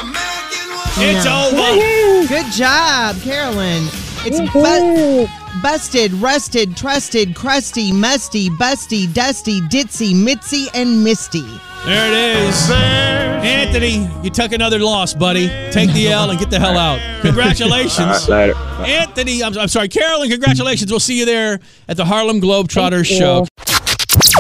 Speaker 6: It's over.
Speaker 5: Good job, Carolyn. It's bu- busted, rusted, trusted, crusty, musty, busty, dusty, ditzy, mitzy, and misty.
Speaker 6: There it is. Anthony, you took another loss, buddy. Take the L and get the hell out.
Speaker 9: All <laughs>
Speaker 6: Congratulations.
Speaker 9: right, later.
Speaker 6: Anthony, I'm, I'm sorry, Carolyn, congratulations. We'll see you there at the Harlem Globetrotters
Speaker 8: Thank
Speaker 6: show.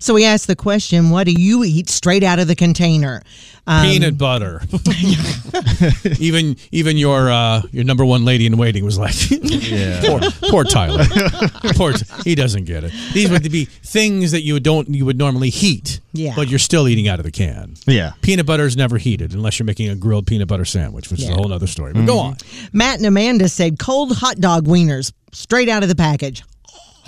Speaker 5: So we asked the question, "What do you eat straight out of the container?" Um,
Speaker 6: Peanut
Speaker 5: <laughs>
Speaker 6: butter. <laughs> even even your uh, your number one lady in waiting was like, <laughs> poor, poor Tyler. poor, Ty- he doesn't get it. These would be things that you don't you would normally heat,
Speaker 5: Yeah.
Speaker 6: but you're still eating out of the can.
Speaker 7: Yeah.
Speaker 6: Peanut butter is never heated unless you're making a grilled peanut butter sandwich, which is a
Speaker 5: Yeah.
Speaker 6: whole other story. But go on.
Speaker 5: Matt and Amanda said cold hot dog wieners straight out of the package.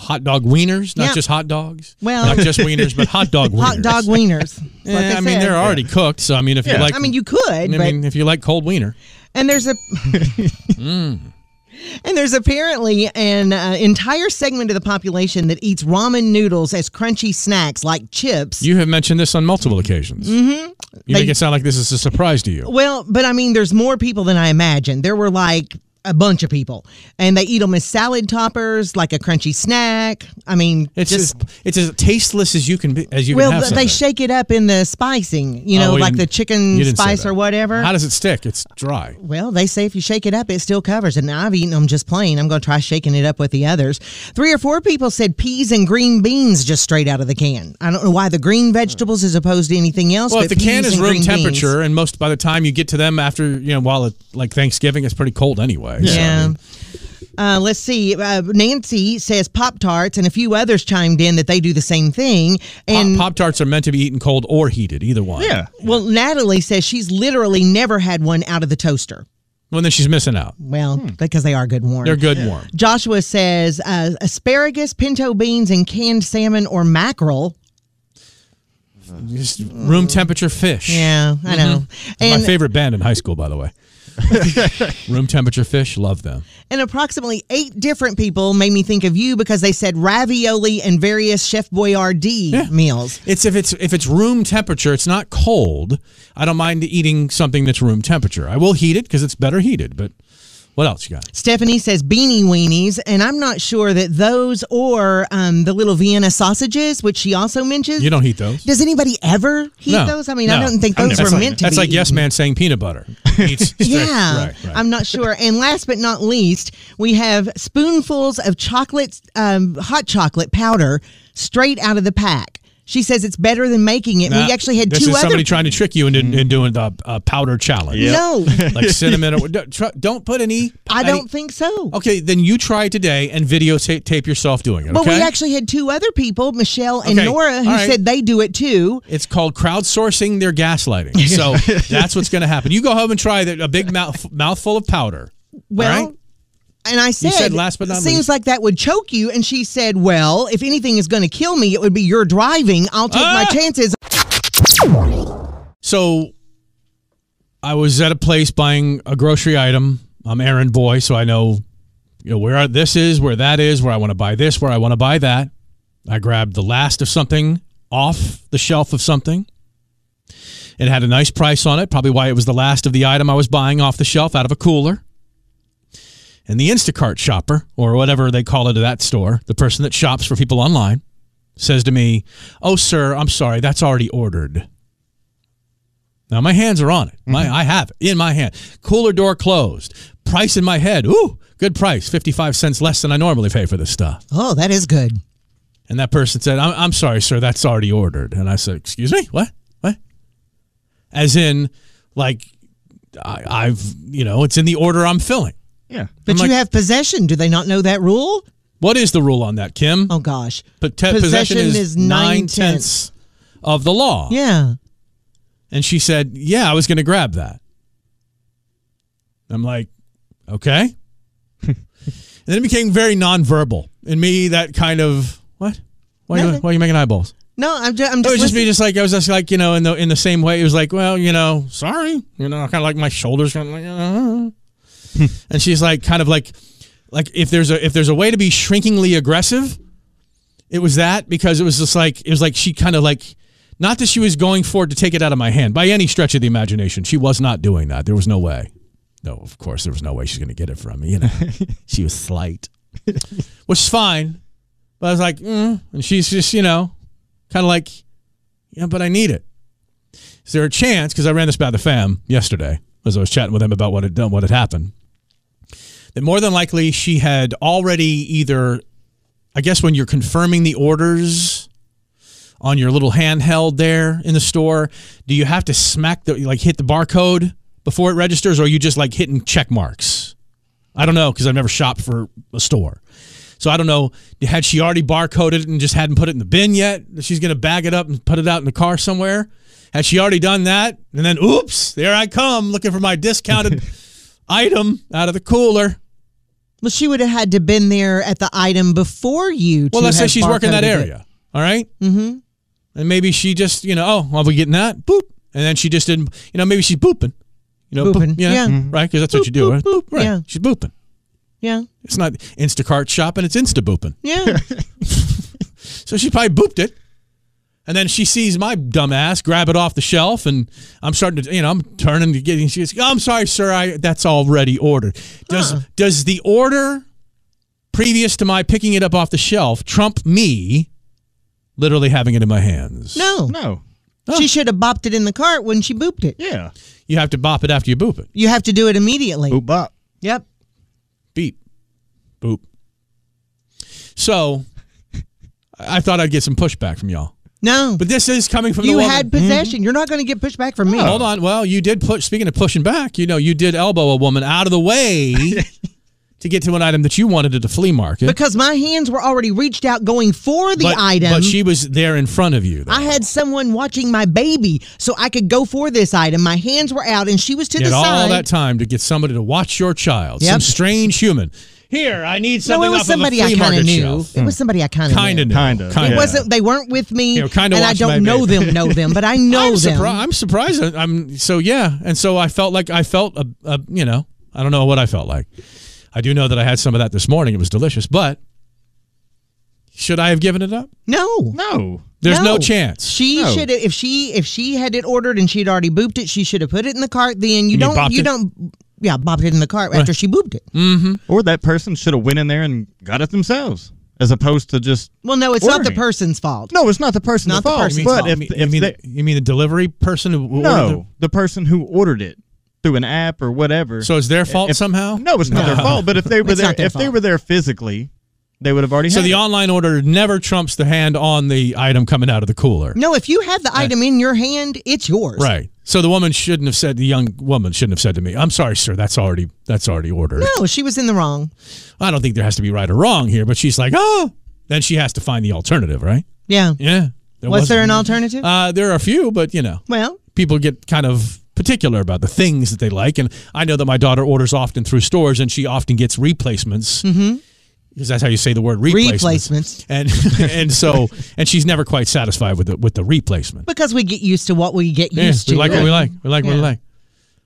Speaker 6: Hot dog wieners, not
Speaker 5: Yeah.
Speaker 6: just hot dogs.
Speaker 5: Well-
Speaker 6: not just wieners, but hot dog wieners.
Speaker 5: <laughs> Hot dog
Speaker 6: <laughs>
Speaker 5: wieners.
Speaker 6: Eh, I mean, they're already cooked. So I mean, if you
Speaker 7: Yeah.
Speaker 6: like,
Speaker 5: I mean, you could.
Speaker 6: I
Speaker 5: but
Speaker 6: mean, if you like cold wiener,
Speaker 5: And there's a.
Speaker 6: Mm.
Speaker 5: And there's apparently an uh, entire segment of the population that eats ramen noodles as crunchy snacks like chips.
Speaker 6: you have mentioned this on multiple occasions. Mm-hmm. You
Speaker 5: They-
Speaker 6: make it sound like this is a surprise to you.
Speaker 5: well, but I mean, there's more people than I imagined. There were like a bunch of people, and they eat them as salad toppers, like a crunchy snack. I mean,
Speaker 6: It's
Speaker 5: just.
Speaker 6: as, it's as tasteless as you can be. As you
Speaker 5: well,
Speaker 6: can have
Speaker 5: th- they
Speaker 6: something.
Speaker 5: shake it up in the spicing, you
Speaker 6: Oh,
Speaker 5: know,
Speaker 6: well, you
Speaker 5: like the
Speaker 6: didn't-
Speaker 5: chicken
Speaker 6: you didn't say
Speaker 5: spice
Speaker 6: that.
Speaker 5: or whatever.
Speaker 6: How does it stick? It's dry.
Speaker 5: Well, they say if you shake it up, it still covers it. Now I've eaten them just plain. I'm going to try shaking it up with the others. Three or four people said peas and green beans just straight out of the can. I don't know why the green vegetables as opposed to anything else.
Speaker 6: Well,
Speaker 5: but
Speaker 6: if the can
Speaker 5: peas
Speaker 6: is
Speaker 5: and
Speaker 6: room
Speaker 5: green
Speaker 6: temperature,
Speaker 5: beans.
Speaker 6: and most by the time you get to them after you know, while it, like Thanksgiving, it's pretty cold anyway. so, I
Speaker 5: Yeah.
Speaker 6: mean,
Speaker 5: Um, Uh, let's see. Uh, Nancy says Pop Tarts, and a few others chimed in that they do the same thing. And
Speaker 6: Pop tarts are meant to be eaten cold or heated, either one.
Speaker 7: Yeah.
Speaker 5: well, Natalie says she's literally never had one out of the toaster.
Speaker 6: Well, then she's missing out.
Speaker 5: Well, because they are good warm.
Speaker 6: They're good warm.
Speaker 5: Joshua says uh, asparagus, pinto beans, and canned salmon or mackerel.
Speaker 6: Just room temperature fish.
Speaker 5: Yeah, I know.
Speaker 6: My
Speaker 5: And
Speaker 6: Mm-hmm.
Speaker 5: <laughs>
Speaker 6: favorite band in high school, by the way. Room temperature fish, love them.
Speaker 5: And approximately eight different people made me think of you because they said ravioli and various Chef Boyardee meals.
Speaker 6: It's if it's if it's room temperature, it's not cold. I don't mind eating something that's room temperature. I will heat it because it's better heated. But what else you got?
Speaker 5: Stephanie says beanie weenies, and I'm not sure that those or um, the little Vienna sausages, which she also mentions.
Speaker 6: You don't heat those.
Speaker 5: Does anybody ever heat
Speaker 6: No,
Speaker 5: those? I mean, I
Speaker 6: no.
Speaker 5: don't think
Speaker 6: I've
Speaker 5: those
Speaker 6: never-
Speaker 5: were
Speaker 6: that's
Speaker 5: meant
Speaker 6: like,
Speaker 5: to
Speaker 6: That's
Speaker 5: be.
Speaker 6: like yes
Speaker 5: eaten.
Speaker 6: man saying peanut <laughs> butter. Eats strict-
Speaker 5: Yeah,
Speaker 6: right, right.
Speaker 5: I'm not sure. And last but not least, we have spoonfuls of chocolate, um, hot chocolate powder straight out of the pack. She says it's better than making it.
Speaker 6: Nah,
Speaker 5: we actually had
Speaker 6: this
Speaker 5: two
Speaker 6: is
Speaker 5: other.
Speaker 6: somebody trying to trick you into, into doing the uh, powder challenge.
Speaker 7: Yeah.
Speaker 5: <laughs>
Speaker 6: <laughs>
Speaker 5: No,
Speaker 6: Like cinnamon. Or, don't, try- don't put any.
Speaker 5: I
Speaker 6: any-
Speaker 5: don't think so.
Speaker 6: Okay, then you try today and videotape tape yourself doing it.
Speaker 5: But
Speaker 6: okay?
Speaker 5: we actually had two other people, Michelle and
Speaker 6: Okay,
Speaker 5: Nora, who
Speaker 6: all right.
Speaker 5: said they do it too.
Speaker 6: It's called crowdsourcing their gaslighting. So that's what's going to happen. You go home and try the, a big mouth, mouthful of powder.
Speaker 5: Well,
Speaker 6: all right?
Speaker 5: and I said,
Speaker 6: said last but not
Speaker 5: seems
Speaker 6: least.
Speaker 5: like that would choke you. And she said, well, if anything is going to kill me, it would be your driving. I'll take my
Speaker 6: Ah!
Speaker 5: chances.
Speaker 6: So I was at a place buying a grocery item. I'm errand boy, so I know, you know where this is, where that is, where I want to buy this, where I want to buy that. I grabbed the last of something off the shelf of something. It had a nice price on it, probably why it was the last of the item I was buying off the shelf out of a cooler. And the Instacart shopper, or whatever they call it at that store, the person that shops for people online, says to me, Oh, sir, I'm sorry, that's already ordered. Now my hands are on it. My
Speaker 5: Mm-hmm.
Speaker 6: I have it in my hand. Cooler door closed. Price in my head. Ooh, good price. Fifty-five cents less than I normally pay for this stuff.
Speaker 5: Oh, that is good.
Speaker 6: And that person said, I'm, "I'm sorry, sir. That's already ordered." And I said, "Excuse me. What? What?" As in, like, I, I've you know, it's in the order I'm filling.
Speaker 7: Yeah.
Speaker 5: But
Speaker 6: I'm
Speaker 5: you
Speaker 6: like-
Speaker 5: have possession. Do they not know that rule?
Speaker 6: What is the rule on that, Kim?
Speaker 5: Oh, gosh.
Speaker 6: P- te-
Speaker 5: possession is
Speaker 6: nine
Speaker 5: nine-tenths.
Speaker 6: tenths of the law.
Speaker 5: Yeah.
Speaker 6: And she said, Yeah, I was going to grab that. I'm like, Okay. <laughs> and then it became very nonverbal. And me, that kind of, What? Why are, you,
Speaker 5: Nothing.
Speaker 6: why are you making eyeballs?
Speaker 5: No, I'm just, I'm
Speaker 6: It
Speaker 5: just,
Speaker 6: was just me,
Speaker 5: listening.
Speaker 6: just like I was just like you know in the in the same way. It was like, well, you know, sorry, you know, kind of like my shoulders kind of like, uh, and she's like, kind of like, like if there's a if there's a way to be shrinkingly aggressive, it was that because it was just like it was like she kind of like, not that she was going for it to take it out of my hand by any stretch of the imagination. She was not doing that. There was no way. No, of course there was no way she's going to get it from me. You know, she was slight, which is fine. But I was like, mm. and she's just you know kind of like, yeah, but I need it. Is there a chance? Because I ran this by the fam yesterday as I was chatting with them about what had done, what had happened. That more than likely she had already either, I guess, when you're confirming the orders on your little handheld there in the store, do you have to smack the like hit the barcode before it registers, or are you just like hitting check marks? I don't know because I've never shopped for a store. So I don't know. Had she already barcoded it and just hadn't put it in the bin yet? She's going to bag it up and put it out in the car somewhere. Had she already done that? And then, oops, there I come looking for my
Speaker 5: <laughs>
Speaker 6: discounted item out of the cooler.
Speaker 5: Well, she would have had to been there at the item before you.
Speaker 6: Well,
Speaker 5: to
Speaker 6: let's say
Speaker 5: have
Speaker 6: she's working that
Speaker 5: barcoded it.
Speaker 6: area. All Mm-hmm. And maybe she just, you know, oh, are we getting that? Boop. And then she just didn't, you know, maybe she's booping. You know,
Speaker 5: Booping,
Speaker 6: yeah,
Speaker 5: yeah. Mhm.
Speaker 6: right? Because that's what you do,
Speaker 5: boop,
Speaker 6: right?
Speaker 5: boop,
Speaker 6: right.
Speaker 5: yeah.
Speaker 6: She's booping.
Speaker 5: Yeah,
Speaker 6: It's not Instacart shopping; it's Insta booping.
Speaker 7: <laughs>
Speaker 5: yeah.
Speaker 6: So she probably booped it. And then she sees my dumb ass grab it off the shelf, and I'm starting to, you know, I'm turning to getting. She goes, "Oh, "I'm sorry, sir. I that's already ordered." Does does the order previous to my picking it up off the shelf trump me literally having it in my hands?
Speaker 5: no,
Speaker 7: No.
Speaker 5: she should have bopped it in the cart when she booped it.
Speaker 7: Yeah.
Speaker 6: You have to bop it after you boop it.
Speaker 5: You have to do it immediately.
Speaker 7: Boop bop.
Speaker 5: Yep.
Speaker 6: Beep, boop. So, I I thought I'd get some pushback from y'all,
Speaker 5: No,
Speaker 6: but this is coming from
Speaker 5: you
Speaker 6: the woman-
Speaker 5: had possession.
Speaker 7: Mm-hmm.
Speaker 5: You're not going to get pushback from me.
Speaker 6: Hold on. Well, you did push. Speaking of pushing back, you know, you did elbow a woman out of the
Speaker 5: <laughs>
Speaker 6: way to get to an item that you wanted at the flea market.
Speaker 5: Because my hands were already reached out going for the
Speaker 6: but,
Speaker 5: item.
Speaker 6: but she was there in front of you. Though.
Speaker 5: I had someone watching my baby so I could go for this item. My hands were out and she was to
Speaker 6: you
Speaker 5: the
Speaker 6: had all
Speaker 5: side.
Speaker 6: that time to get somebody to watch your child, some
Speaker 5: Yep.
Speaker 6: strange human. Here, I need
Speaker 5: No,
Speaker 6: something.
Speaker 5: it was
Speaker 6: off of a
Speaker 5: somebody I
Speaker 6: flea
Speaker 5: kind of
Speaker 6: market
Speaker 5: knew.
Speaker 6: shelf.
Speaker 5: It was somebody I kind of
Speaker 6: Kind
Speaker 5: knew.
Speaker 6: of knew.
Speaker 7: Kinda,
Speaker 5: It
Speaker 7: yeah.
Speaker 5: wasn't. They weren't with me,
Speaker 6: You know, kinda
Speaker 5: and I
Speaker 6: watched my
Speaker 5: don't know
Speaker 6: baby.
Speaker 5: them. Know
Speaker 6: <laughs>
Speaker 5: them, but I know
Speaker 6: I'm,
Speaker 5: them.
Speaker 6: surpri- I'm surprised. I- I'm so yeah, and so I felt like I felt a, a you know I don't know what I felt like. I do know that I had some of that this morning. It was delicious, but should I have given it up?
Speaker 5: No,
Speaker 7: No.
Speaker 6: There's no, chance.
Speaker 5: She
Speaker 7: No.
Speaker 5: should have if she if she had it ordered and she'd already booped it. She should have put it in the cart. Then you,
Speaker 6: mean
Speaker 5: don't
Speaker 6: bopped
Speaker 5: you
Speaker 6: it? Mm.
Speaker 5: don't yeah bopped it in the cart after she booped it.
Speaker 7: Or that person should have went in there and got it themselves, as opposed to just.
Speaker 5: Well, no, it's not the
Speaker 7: Ordering.
Speaker 5: person's fault.
Speaker 7: No, it's not the person's
Speaker 5: Not the
Speaker 7: fault.
Speaker 5: person's
Speaker 7: but
Speaker 5: fault.
Speaker 7: if,
Speaker 6: you, mean,
Speaker 7: if
Speaker 6: you, mean,
Speaker 7: they,
Speaker 6: you mean the delivery person who ordered
Speaker 7: no, the person who ordered it through an app or whatever.
Speaker 6: the- so it's their fault
Speaker 7: If-
Speaker 6: somehow.
Speaker 7: no, it's not their fault. But
Speaker 5: <laughs>
Speaker 7: if they were
Speaker 5: It's
Speaker 7: there,
Speaker 5: not their
Speaker 7: if they
Speaker 5: fault.
Speaker 7: were there physically, they would have already.
Speaker 6: So
Speaker 7: had
Speaker 6: the
Speaker 7: it.
Speaker 6: online order never trumps the hand on the item coming out of the cooler.
Speaker 5: No, if you have the item in your hand, it's yours.
Speaker 6: Right. So the woman shouldn't have said the young woman shouldn't have said to me, "I'm sorry, sir. That's already that's already ordered."
Speaker 5: No, she was in the wrong.
Speaker 6: I don't think there has to be right or wrong here, but she's like, "Oh." Then she has to find the alternative, right?
Speaker 5: Yeah.
Speaker 6: Yeah.
Speaker 5: was there an
Speaker 6: wasn't-
Speaker 5: alternative?
Speaker 6: Uh, there are a few, but you know,
Speaker 5: well,
Speaker 6: people get kind of particular about the things that they like, and I know that my daughter orders often through stores, and she often gets replacements. Mm-hmm. Because that's how you say the word replacements.
Speaker 5: Replacements.
Speaker 6: And <laughs> and
Speaker 5: <laughs>
Speaker 6: so and she's never quite satisfied with the with the replacement.
Speaker 5: because we get used to what we get
Speaker 6: Yeah,
Speaker 5: used
Speaker 6: we
Speaker 5: to.
Speaker 6: like what we like. We like what we
Speaker 5: Yeah.
Speaker 6: like.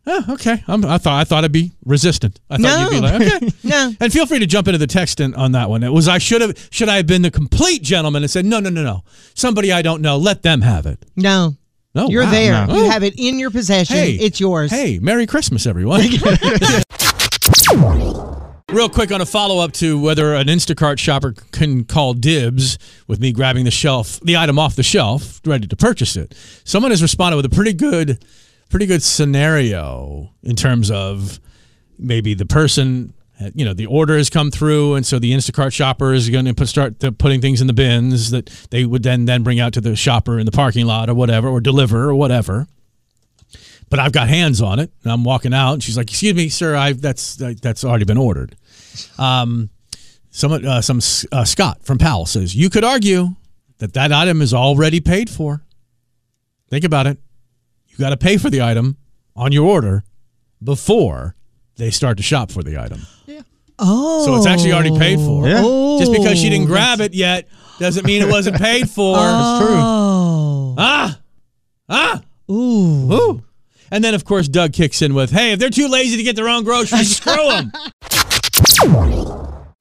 Speaker 6: Oh, okay. I'm, I thought I thought I'd be resistant. I thought you'd be
Speaker 5: No. <laughs>
Speaker 6: like, okay.
Speaker 5: No.
Speaker 6: And feel free to jump into the text in, on that one. It was I should have should I have been the complete gentleman and said no no no no somebody I don't know let them have it.
Speaker 5: No.
Speaker 6: No,
Speaker 5: You're
Speaker 6: wow.
Speaker 5: there.
Speaker 6: No.
Speaker 5: You
Speaker 6: Oh.
Speaker 5: have it in your possession. it's yours.
Speaker 6: Hey, Merry Christmas,
Speaker 5: <laughs>
Speaker 6: everyone. Real quick on a follow up to whether an Instacart shopper can call dibs with me grabbing the shelf, the item off the shelf, ready to purchase it. Someone has responded with a pretty good, pretty good scenario in terms of maybe the person, you know, the order has come through, and so the Instacart shopper is going to put, start to putting things in the bins that they would then then bring out to the shopper in the parking lot or whatever, or deliver or whatever but I've got hands on it, and I'm walking out, and she's like, "Excuse me, sir, I that's that's already been ordered." Um, some uh, some uh, Scott from Powell says you could argue that that item is already paid for. Think about it. You got to pay for the item on your order before they start to shop for the item.
Speaker 5: Oh.
Speaker 6: So it's actually already paid for.
Speaker 7: Yeah.
Speaker 6: Just because she didn't grab it yet doesn't mean it wasn't paid for.
Speaker 5: Oh.
Speaker 6: Ah, ah.
Speaker 5: Ooh.
Speaker 6: Ooh. And then, of course, Doug kicks in with, hey, if they're too lazy to get their own
Speaker 5: <laughs>
Speaker 6: groceries, screw them.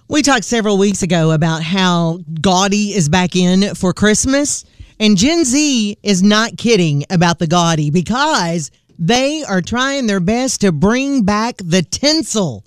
Speaker 5: We talked several weeks ago about how Gaudi is back in for Christmas, and Gen Z is not kidding about the Gaudi because they are trying their best to bring back the tinsel.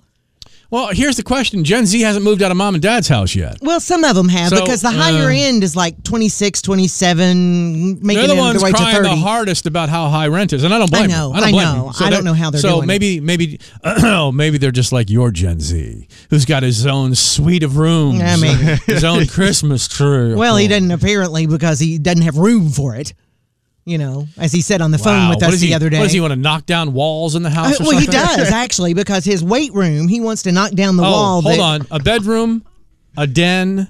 Speaker 6: Well, here's the question Gen Z hasn't moved out of mom and dad's house yet.
Speaker 5: Well, some of them have
Speaker 6: So,
Speaker 5: because the higher
Speaker 6: uh,
Speaker 5: end is like 26, 27, making
Speaker 6: They're the
Speaker 5: it
Speaker 6: ones
Speaker 5: their way to
Speaker 6: crying
Speaker 5: 30.
Speaker 6: the hardest about how high rent is, and I don't blame
Speaker 5: I know,
Speaker 6: them. I don't
Speaker 5: I
Speaker 6: blame
Speaker 5: know.
Speaker 6: them.
Speaker 5: I don't know how they're
Speaker 6: so
Speaker 5: doing it.
Speaker 6: maybe, maybe, <clears throat> maybe they're just like your Gen Z, who's got his own suite of rooms,
Speaker 5: Yeah, maybe.
Speaker 6: <laughs> his own Christmas tree. Oh,
Speaker 5: well, he doesn't apparently because he doesn't have room for it. You know, as he said on the phone
Speaker 6: Wow.
Speaker 5: with
Speaker 6: What
Speaker 5: us
Speaker 6: does
Speaker 5: the
Speaker 6: he-
Speaker 5: other day.
Speaker 6: What does he want to knock down walls in the
Speaker 5: Uh,
Speaker 6: house? or
Speaker 5: well, he
Speaker 6: something?
Speaker 5: does actually because his weight room. He wants to knock down the
Speaker 6: Oh,
Speaker 5: wall.
Speaker 6: hold
Speaker 5: that-
Speaker 6: on. A bedroom, a den,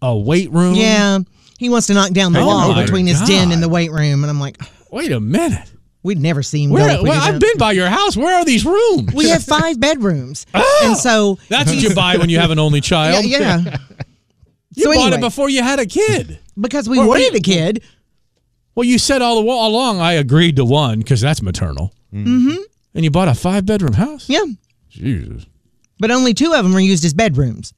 Speaker 6: a weight room.
Speaker 5: Yeah, he wants to knock down the
Speaker 6: Um, Oh
Speaker 5: wall
Speaker 6: my
Speaker 5: between his den
Speaker 6: God.
Speaker 5: and the weight room, and I'm like,
Speaker 6: Wait a minute.
Speaker 5: we'd never see him.
Speaker 6: Where?
Speaker 5: go if we
Speaker 6: well,
Speaker 5: did
Speaker 6: I've
Speaker 5: that.
Speaker 6: been by your house. Where are these rooms?
Speaker 5: <laughs>
Speaker 6: <laughs>
Speaker 5: We have five bedrooms, and so
Speaker 6: Oh, That's
Speaker 5: <laughs>
Speaker 6: what you buy when you have an only
Speaker 5: yeah.
Speaker 6: child. <laughs>
Speaker 5: yeah.
Speaker 6: You
Speaker 5: so
Speaker 6: bought
Speaker 5: anyway,
Speaker 6: it before you had a kid.
Speaker 5: because we
Speaker 6: Well,
Speaker 5: wanted
Speaker 6: we-
Speaker 5: a kid.
Speaker 6: Well, you said all the wa- all along I agreed to one because that's maternal. Mm-hmm. And you bought a five bedroom house.
Speaker 5: Yeah,
Speaker 6: Jesus.
Speaker 5: but only two of them are used as bedrooms.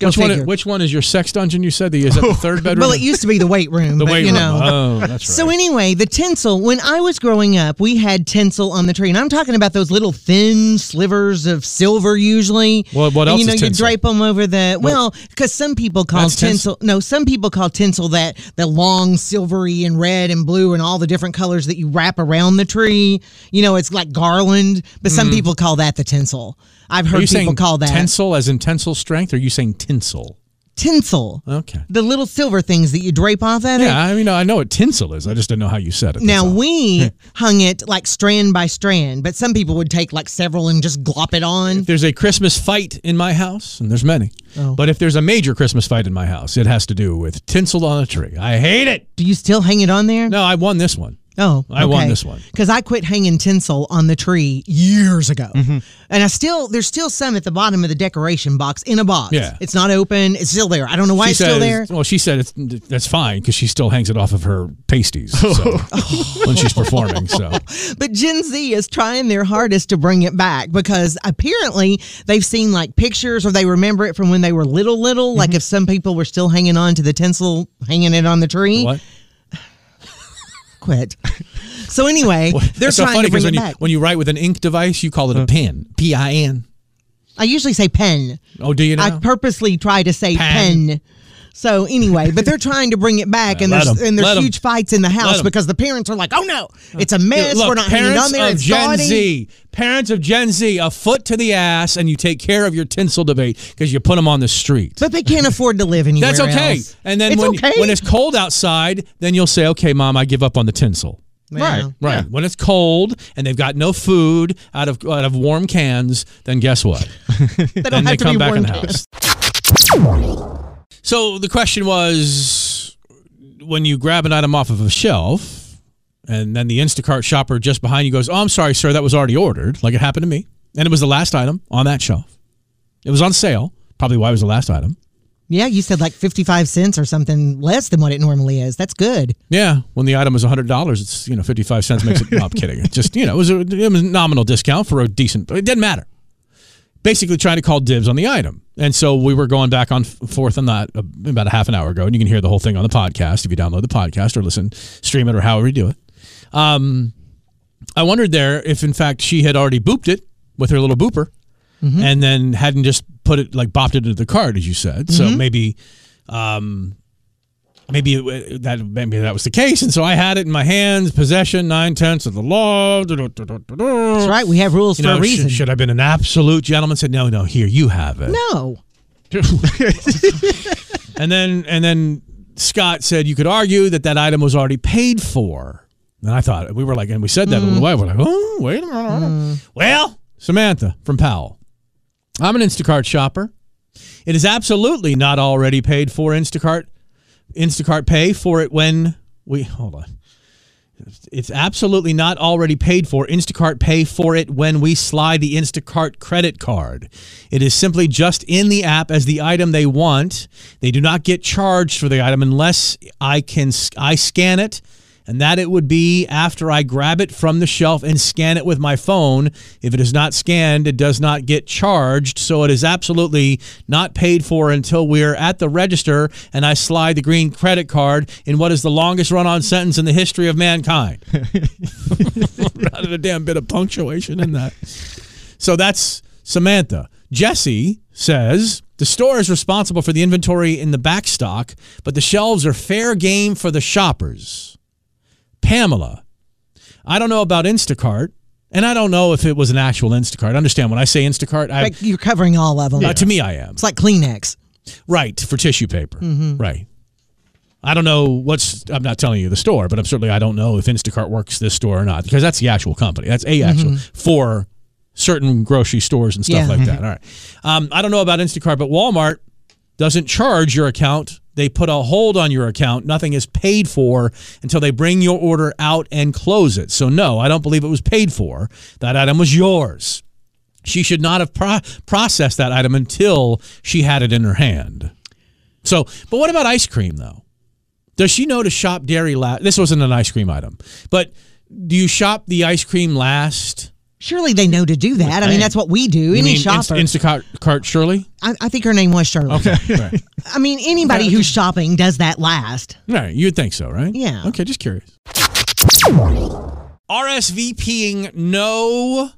Speaker 5: Go
Speaker 6: which
Speaker 5: figure.
Speaker 6: one? Which one is your sex dungeon? You said the is
Speaker 5: <laughs>
Speaker 6: that the third bedroom?
Speaker 5: well, it used to be the weight room,
Speaker 6: the
Speaker 5: but
Speaker 6: weight
Speaker 5: you
Speaker 6: room.
Speaker 5: know.
Speaker 6: Oh, that's right.
Speaker 5: <laughs> So anyway, the tinsel. When I was growing up, we had tinsel on the tree, and I'm talking about those little thin slivers of silver, usually.
Speaker 6: Well, what
Speaker 5: And,
Speaker 6: else
Speaker 5: You know,
Speaker 6: is
Speaker 5: you
Speaker 6: tinsel?
Speaker 5: drape them over the well, because some people call
Speaker 6: That's tinsel.
Speaker 5: tinsel. No, some people call tinsel that the long silvery and red and blue and all the different colors that you wrap around the tree. You know, it's like garland, but some people call that the tinsel. I've
Speaker 6: Mm. are
Speaker 5: heard
Speaker 6: you
Speaker 5: people
Speaker 6: saying
Speaker 5: call that
Speaker 6: tensile as in tensile strength? Or are you saying tinsel?
Speaker 5: tinsel.
Speaker 6: Okay.
Speaker 5: The little silver things that you drape off of it.
Speaker 6: Uh. Yeah, I mean, I know what tinsel is. I just didn't know how you said it. that's
Speaker 5: Now
Speaker 6: all.
Speaker 5: we
Speaker 6: <laughs>
Speaker 5: hung it like strand by strand, but some people would take like several and just glop it on.
Speaker 6: if there's a Christmas fight in my house, and there's many,
Speaker 5: Oh.
Speaker 6: but if there's a major Christmas fight in my house, it has to do with tinsel on a tree. I hate it.
Speaker 5: Do you still hang it on there?
Speaker 6: No, I won this one.
Speaker 5: Oh,
Speaker 6: I won this one.
Speaker 5: because I quit hanging tinsel on the tree years ago,
Speaker 6: Mm-hmm.
Speaker 5: and I still there's still some at the bottom of the decoration box in a box.
Speaker 6: Yeah.
Speaker 5: it's not open. It's still there. I don't know why
Speaker 6: she
Speaker 5: it's
Speaker 6: says,
Speaker 5: still there.
Speaker 6: Well, she said it's, that's fine because she still hangs it off of her pasties
Speaker 5: <laughs>
Speaker 6: so,
Speaker 5: Oh.
Speaker 6: when she's performing. So
Speaker 5: But Gen Z is trying their hardest to bring it back because apparently they've seen like pictures or they remember it from when they were little, little.
Speaker 6: Mm-hmm.
Speaker 5: Like if some people were still hanging on to the tinsel, hanging it on the tree,
Speaker 6: what?
Speaker 5: quit. <laughs> So anyway, they're
Speaker 6: It's so
Speaker 5: trying
Speaker 6: funny
Speaker 5: to bring
Speaker 6: when
Speaker 5: it
Speaker 6: you
Speaker 5: back.
Speaker 6: when you write with an ink device, you call it a pen. P I N.
Speaker 5: I usually say pen.
Speaker 6: Oh, do you know?
Speaker 5: I purposely try to say
Speaker 6: Pan.
Speaker 5: pen. So anyway, but they're trying to bring it back, and
Speaker 6: Yeah, let
Speaker 5: there's
Speaker 6: 'em.
Speaker 5: and there's
Speaker 6: Let 'em.
Speaker 5: huge fights in the house
Speaker 6: 'em.
Speaker 5: because the parents are like, "Oh no, it's a mess.
Speaker 6: Look,
Speaker 5: We're not hanging
Speaker 6: parents
Speaker 5: on there.
Speaker 6: of
Speaker 5: It's
Speaker 6: Gen
Speaker 5: gaudy."
Speaker 6: Z, parents of Gen Z, a foot to the ass, and you take care of your tinsel debate because you put them on the street.
Speaker 5: But they can't afford to live anywhere.
Speaker 6: That's okay.
Speaker 5: else.
Speaker 6: And then
Speaker 5: It's
Speaker 6: when
Speaker 5: okay.
Speaker 6: when it's cold outside, then you'll say, "Okay, mom, I give up on the tinsel."
Speaker 5: Yeah.
Speaker 7: Right.
Speaker 6: Right. When it's cold and they've got no food out of out of warm cans, then guess what?
Speaker 5: <laughs> They don't
Speaker 6: then they
Speaker 5: have to
Speaker 6: come
Speaker 5: be
Speaker 6: back in
Speaker 5: warned.
Speaker 6: the house. So the question was when you grab an item off of a shelf and then the Instacart shopper just behind you goes, "Oh, I'm sorry, sir, that was already ordered." Like it happened to me. And it was the last item on that shelf. It was on sale. Probably why it was the last item.
Speaker 5: Yeah, you said like 55 cents or something less than what it normally is. That's good.
Speaker 6: Yeah, when the item is hundred dollars, it's you know fifty five cents makes it. No, I'm kidding. It's just you know it was, a, it was a nominal discount for a decent. It didn't matter. Basically, trying to call dibs on the item, and so we were going back on forth on that uh, about a half an hour ago, and you can hear the whole thing on the podcast if you download the podcast or listen, stream it, or however you do it. Um, I wondered there if in fact she had already booped it with her little booper, and then hadn't just put it like bopped it into the cart as you said. So maybe um, maybe it, that maybe that was the case, and so I had it in my hands, possession nine tenths of the law. That's
Speaker 5: That's right. We have rules
Speaker 6: You
Speaker 5: for
Speaker 6: know,
Speaker 5: a
Speaker 6: sh-
Speaker 5: reason.
Speaker 6: should I have been an absolute gentleman? Said no, no. Here you have it.
Speaker 5: no.
Speaker 6: <laughs> And then and then Scott said you could argue that that item was already paid for. And I thought we were like, and we said that, but
Speaker 5: Mm.
Speaker 6: why? We're like, oh, wait a minute. Well, Samantha from Powell, I'm an Instacart shopper. It is absolutely not already paid for Instacart. Instacart pay for it when we hold on. It's absolutely not already paid for. Instacart pay for it when we slide the Instacart credit card. It is simply just in the app as the item they want. They do not get charged for the item unless I can I scan it and that it would be after I grab it from the shelf and scan it with my phone. If it is not scanned, it does not get charged, so it is absolutely not paid for until we're at the register and I slide the green credit card in what is the longest run on sentence in the history of mankind. Not a damn bit of punctuation in that. So that's Samantha. Jesse says the store is responsible for the inventory in the back stock, but the shelves are fair game for the shoppers. Pamela, I don't know about Instacart, and I don't know if it was an actual Instacart. Understand when I say Instacart, I,
Speaker 5: Like you're covering all of them.
Speaker 6: uh, to me I am
Speaker 5: It's like Kleenex.
Speaker 6: right for tissue paper, right. I don't know what's. I'm not telling you the store, but I'm certainly I don't know if Instacart works this store or not because that's the actual company. That's a actual for certain grocery stores and stuff
Speaker 5: Yeah.
Speaker 6: like that. All right, um, I don't know about Instacart, but Walmart doesn't charge your account. They put a hold on your account. Nothing is paid for until they bring your order out and close it. So, no, I don't believe it was paid for. That item was yours. She should not have pro- processed that item until she had it in her hand. So, but what about ice cream, though? Does she know to shop dairy last? This wasn't an ice cream item, but do you shop the ice cream last?
Speaker 5: Surely they know to do that. I mean, that's what we do.
Speaker 6: You
Speaker 5: Any
Speaker 6: mean Inst-
Speaker 5: shopper.
Speaker 6: Instacart cart Shirley?
Speaker 5: I, I think her name was Shirley. <laughs>
Speaker 6: Okay. right.
Speaker 5: I mean, anybody who's shopping does that last.
Speaker 6: Right, you'd think so, right?
Speaker 5: Yeah.
Speaker 6: Okay, just curious. RSVPing no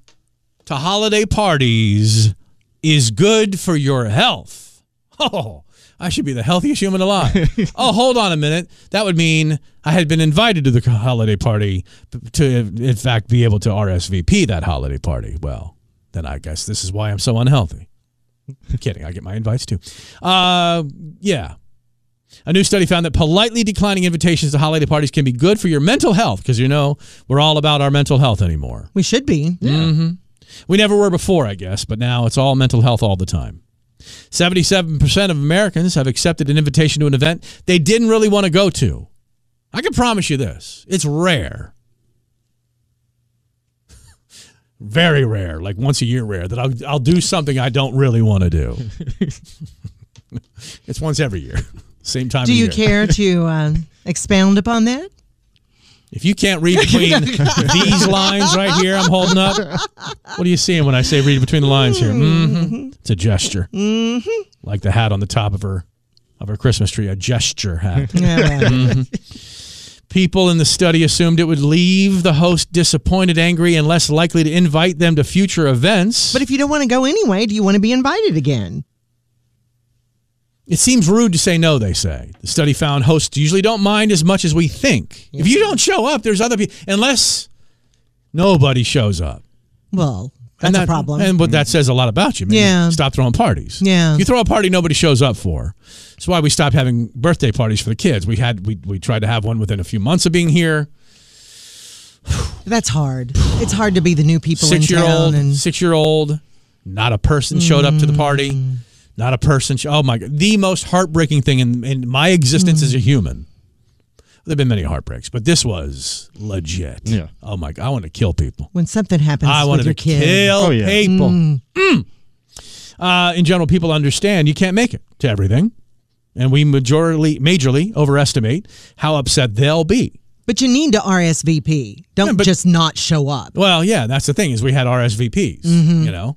Speaker 6: to holiday parties is good for your health. Oh, I should be the healthiest human alive. oh, hold on a minute. That would mean I had been invited to the holiday party p- to, in fact, be able to RSVP that holiday party. Well, then I guess this is why I'm so unhealthy. I'm kidding. I get my invites too. Uh, yeah. A new study found that politely declining invitations to holiday parties can be good for your mental health because you know we're all about our mental health anymore.
Speaker 5: We should be.
Speaker 6: We never were before, I guess, but now it's all mental health all the time. 77% of Americans have accepted an invitation to an event they didn't really want to go to. I can promise you this it's rare <laughs> very rare, like once a year rare, that I'll I'll do something I don't really want to do. <laughs> it's once every year, <laughs> same time.
Speaker 5: Do
Speaker 6: of
Speaker 5: you
Speaker 6: year.
Speaker 5: care to um, expound
Speaker 6: <laughs>
Speaker 5: upon that?
Speaker 6: If you can't read between these lines right here, I'm holding up. What are you seeing when I say read between the lines here? hmm It's a gesture, mm-hmm. like the hat on the top of her of her Christmas tree, a gesture hat.
Speaker 5: <laughs> All
Speaker 6: Mm-hmm.
Speaker 5: right.
Speaker 6: People in the study assumed it would leave the host disappointed, angry, and less likely to invite them to future events.
Speaker 5: but if you don't want to go anyway, do you want to be invited again?
Speaker 6: It seems rude to say no, they say. The study found hosts usually don't mind as much as we think. If you don't show up, there's other people, unless nobody shows up.
Speaker 5: Well, that's
Speaker 6: and
Speaker 5: a problem.
Speaker 6: And but that says a lot about you. Man.
Speaker 5: Yeah.
Speaker 6: Stop throwing parties.
Speaker 5: Yeah.
Speaker 6: You throw a party nobody shows up for. That's why we stopped having birthday parties for the kids. We had we we tried to have one within a few months of being here.
Speaker 5: that's hard. It's hard to be the new people
Speaker 6: Six
Speaker 5: in
Speaker 6: year
Speaker 5: town.
Speaker 6: old,
Speaker 5: and
Speaker 6: six year old, not a person showed up to the party.
Speaker 5: Mm.
Speaker 6: Not a person. Sh- oh my god! The most heartbreaking thing in in my existence
Speaker 5: Mm.
Speaker 6: as a human. There've been many heartbreaks, but this was legit.
Speaker 7: Yeah.
Speaker 6: Oh my god! I want to kill people.
Speaker 5: when something happens
Speaker 6: I
Speaker 5: with
Speaker 6: wanted
Speaker 5: your
Speaker 6: to
Speaker 5: kid,
Speaker 6: kill
Speaker 7: Oh, yeah.
Speaker 6: people. Mm. Uh, in general, people understand you can't make it to everything, and we majorly, majorly overestimate how upset they'll be.
Speaker 5: but you need to RSVP. Don't
Speaker 6: Yeah, but-
Speaker 5: just not show up.
Speaker 6: Well, yeah, that's the thing is we had RSVPs,
Speaker 5: Mm-hmm.
Speaker 6: you know,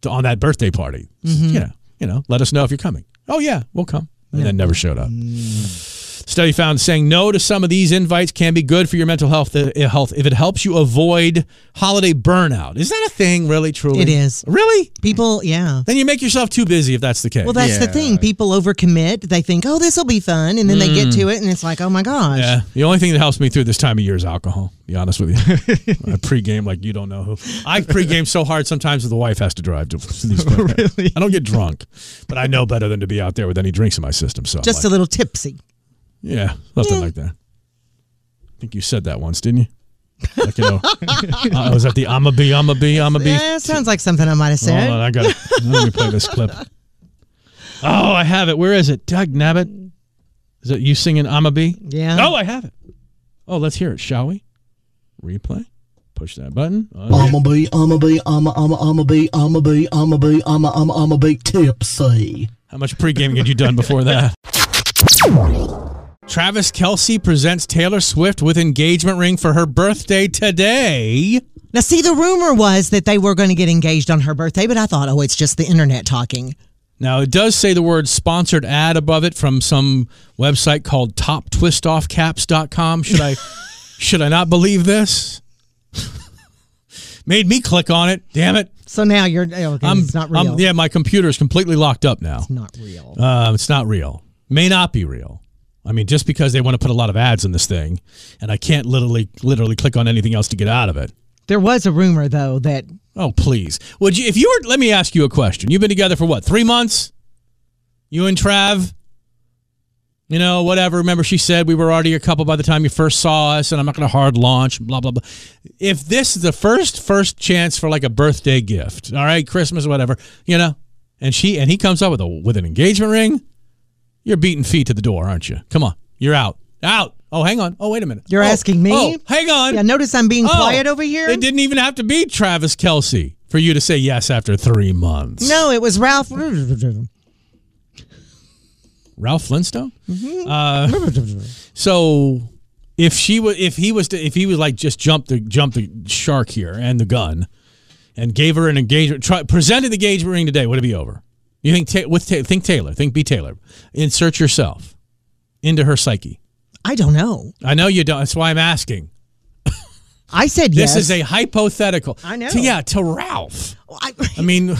Speaker 6: to, on that birthday party. You know, you know, let us know if you're coming. Oh yeah, we'll come, and then never showed up.
Speaker 5: Mm.
Speaker 6: Study found saying no to some of these invites can be good for your mental health. uh, Health if it helps you avoid holiday burnout. Is that a thing? Really, truly,
Speaker 5: It is.
Speaker 6: Really,
Speaker 5: People, yeah.
Speaker 6: then you make yourself too busy if that's the case.
Speaker 5: Well, that's the
Speaker 7: Yeah.
Speaker 5: thing. People overcommit. They think, oh, this will be fun. And then they get to it and it's like, oh my gosh.
Speaker 6: Mm. yeah. The only thing that helps me through this time of year is alcohol. to Be honest with you. I pregame like you don't know who. I pregame so hard sometimes that the wife has to drive to <laughs> to these.
Speaker 7: <laughs>
Speaker 6: really? I don't get drunk, but I know better than to be out there with any drinks in my system. So I'm
Speaker 5: Just a
Speaker 6: like,
Speaker 5: little tipsy.
Speaker 6: yeah, nothing like that. I think you said that once, didn't you? Like you know, I was at the I'ma be I'ma be I'ma be. uh,
Speaker 5: Yeah, sounds like something I might have said.
Speaker 6: Hold on, I got it. Let me play this clip. Oh, I have it. Where is it? Doug Nabbit. Is it you singing I'm a Bee?
Speaker 5: Yeah.
Speaker 6: Oh, I have it. Oh, let's hear it, shall we? Replay. Push that button. Uh, All right.
Speaker 10: I'm a bee, I'm a bee, I'm a, I'm a, I'm a bee, I'm a bee, I'm a bee, I'm a, I'm a, I'm a bee tipsy.
Speaker 6: How much pre-gaming had you done before that? Travis Kelsey presents Taylor Swift with engagement ring for her birthday today.
Speaker 5: Now, see, the rumor was that they were going to get engaged on her birthday, but I thought, oh, it's just the internet talking.
Speaker 6: Now, it does say the word sponsored ad above it from some website called toptwistoffcaps.com. Should
Speaker 5: <laughs>
Speaker 6: I should I not believe this? <laughs> Made me click on it. Damn it.
Speaker 5: So now you're, oh, okay,
Speaker 6: I'm,
Speaker 5: it's not real.
Speaker 6: I'm- yeah, my computer is completely locked up now.
Speaker 5: Not real.
Speaker 6: Um, it's not real. May not be real. I mean, just because they want to put a lot of ads in this thing, and I can't literally literally click on anything else to get out of it.
Speaker 5: there was a rumor, though, that
Speaker 6: Oh, please. Would you? If you were, let me ask you a question. You've been together for what? Three months. You and Trav. You know, whatever. Remember, she said we were already a couple by the time you first saw us, and I'm not going to hard launch. Blah blah blah. If this is the first first chance for like a birthday gift, all right, Christmas, whatever, you know, and she and he comes up with a with an engagement ring, you're beating feet to the door, aren't you? Come on, you're out, out. Oh, hang on. Oh, wait a minute.
Speaker 5: You're
Speaker 6: Oh,
Speaker 5: asking me?
Speaker 6: Oh, hang on.
Speaker 5: Yeah, notice I'm being
Speaker 6: Oh,
Speaker 5: quiet over here.
Speaker 6: It didn't even have to be Travis Kelsey for you to say yes after three months.
Speaker 5: No, it was Ralph. <laughs>
Speaker 6: Ralph Flintstone. Uh, so if she was, if he was, to, if he was like just jump the jump the shark here and the gun, and gave her an engagement, try, presented the engagement ring today, would it be over? You think ta- with ta- think Taylor, think B Taylor, insert yourself into her psyche.
Speaker 5: I don't know.
Speaker 6: I know you don't. That's why I'm asking.
Speaker 5: I said
Speaker 6: This
Speaker 5: yes.
Speaker 6: is a hypothetical.
Speaker 5: I know.
Speaker 6: To- yeah, to Ralph.
Speaker 5: I,
Speaker 6: I mean,
Speaker 5: I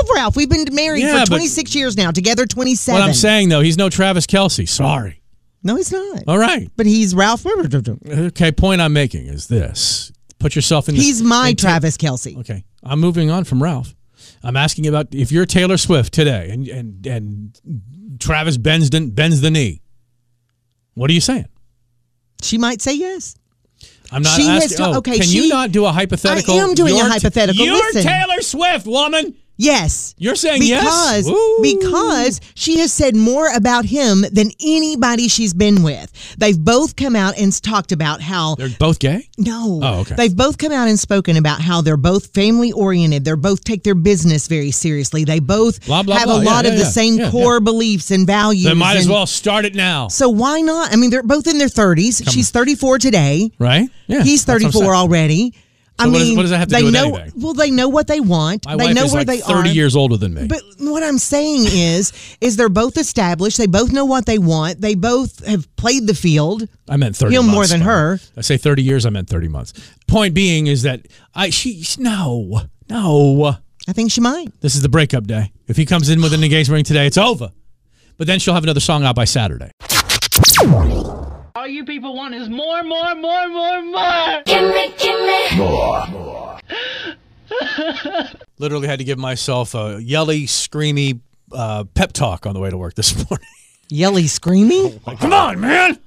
Speaker 5: love Ralph. We've been married
Speaker 6: Yeah, but-
Speaker 5: for 26 years now, together 27.
Speaker 6: What I'm saying though, he's no Travis Kelsey. Sorry.
Speaker 5: No, he's not.
Speaker 6: All right.
Speaker 5: But he's Ralph.
Speaker 6: Okay. Point I'm making is this: put yourself in. the-
Speaker 5: He's my
Speaker 6: in Ta-
Speaker 5: Travis Kelsey.
Speaker 6: Okay. I'm moving on from Ralph. I'm asking about if you're Taylor Swift today, and and and Travis bends the, bends the knee. What are you saying?
Speaker 5: She might say yes.
Speaker 6: I'm not
Speaker 5: She has
Speaker 6: asking.
Speaker 5: to-
Speaker 6: oh,
Speaker 5: okay,
Speaker 6: can you
Speaker 5: she-
Speaker 6: not do a hypothetical?
Speaker 5: I am doing a
Speaker 6: You're t-
Speaker 5: hypothetical.
Speaker 6: You're
Speaker 5: Listen.
Speaker 6: Taylor Swift, woman.
Speaker 5: Yes.
Speaker 6: You're saying yes?
Speaker 5: because
Speaker 6: Ooh.
Speaker 5: because she has said more about him than anybody she's been with. They've both come out and talked about how
Speaker 6: They're both gay?
Speaker 5: no.
Speaker 6: Oh, okay.
Speaker 5: They've both come out and spoken about how they're both family oriented. They're both take their business very seriously. They both
Speaker 6: Blah, blah,
Speaker 5: have
Speaker 6: blah.
Speaker 5: a
Speaker 6: Yeah,
Speaker 5: lot of
Speaker 6: yeah,
Speaker 5: the
Speaker 6: yeah.
Speaker 5: same
Speaker 6: Yeah,
Speaker 5: core beliefs and values.
Speaker 6: They might as
Speaker 5: and-
Speaker 6: well start it now.
Speaker 5: So why not? I mean, they're both in their 30s. She's 34 today.
Speaker 6: Right? Yeah.
Speaker 5: He's
Speaker 6: that's what I'm
Speaker 5: 34
Speaker 6: saying.
Speaker 5: already.
Speaker 6: So
Speaker 5: I
Speaker 6: what
Speaker 5: mean,
Speaker 6: does- what does that have to
Speaker 5: they
Speaker 6: do with
Speaker 5: know,
Speaker 6: anything?
Speaker 5: Well, they know what they want.
Speaker 6: My
Speaker 5: they
Speaker 6: wife
Speaker 5: know
Speaker 6: is
Speaker 5: where
Speaker 6: like
Speaker 5: they
Speaker 6: 30
Speaker 5: are.
Speaker 6: years older than me.
Speaker 5: But what I'm saying is, is they're both established. They both know what they want. They both have played the field.
Speaker 6: I meant 30
Speaker 5: Him
Speaker 6: months.
Speaker 5: more than
Speaker 6: by the way.
Speaker 5: her.
Speaker 6: I say 30 years, I meant 30 months. Point being is that I she's no. No.
Speaker 5: I think she might.
Speaker 6: This is the breakup day. If he comes in
Speaker 5: <sighs>
Speaker 6: with an engagement ring today, it's over. But then she'll have another song out by Saturday.
Speaker 11: All you people want is more, more, more, more, more.
Speaker 6: <laughs> Literally had to give myself a yelly, screamy uh, pep talk on the way to work this morning. <laughs>
Speaker 5: Yelly screaming.
Speaker 6: Come on, man.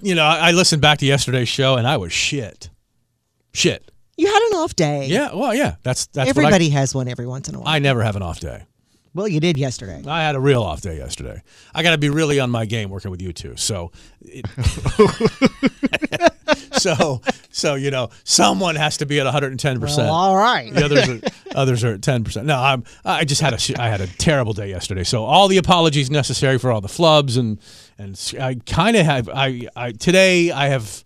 Speaker 6: you know, I I listened back to yesterday's show and I was shit. Shit.
Speaker 5: You had an off day.
Speaker 6: Yeah, well, yeah. That's that's what I-
Speaker 5: Everybody has one every once in a while.
Speaker 6: I never have an off day.
Speaker 5: well, you did yesterday.
Speaker 6: I had a real off day yesterday. I got to be really on my game working with you two. So,
Speaker 5: <laughs>
Speaker 6: it, <laughs> so, so you know, someone has to be at one hundred and ten
Speaker 5: Well,
Speaker 6: percent.
Speaker 5: all right.
Speaker 6: The others are others are at ten percent. No, I'm. I just had a sh- I had a terrible day yesterday. So all the apologies necessary for all the flubs and and s- I kind of have I I today I have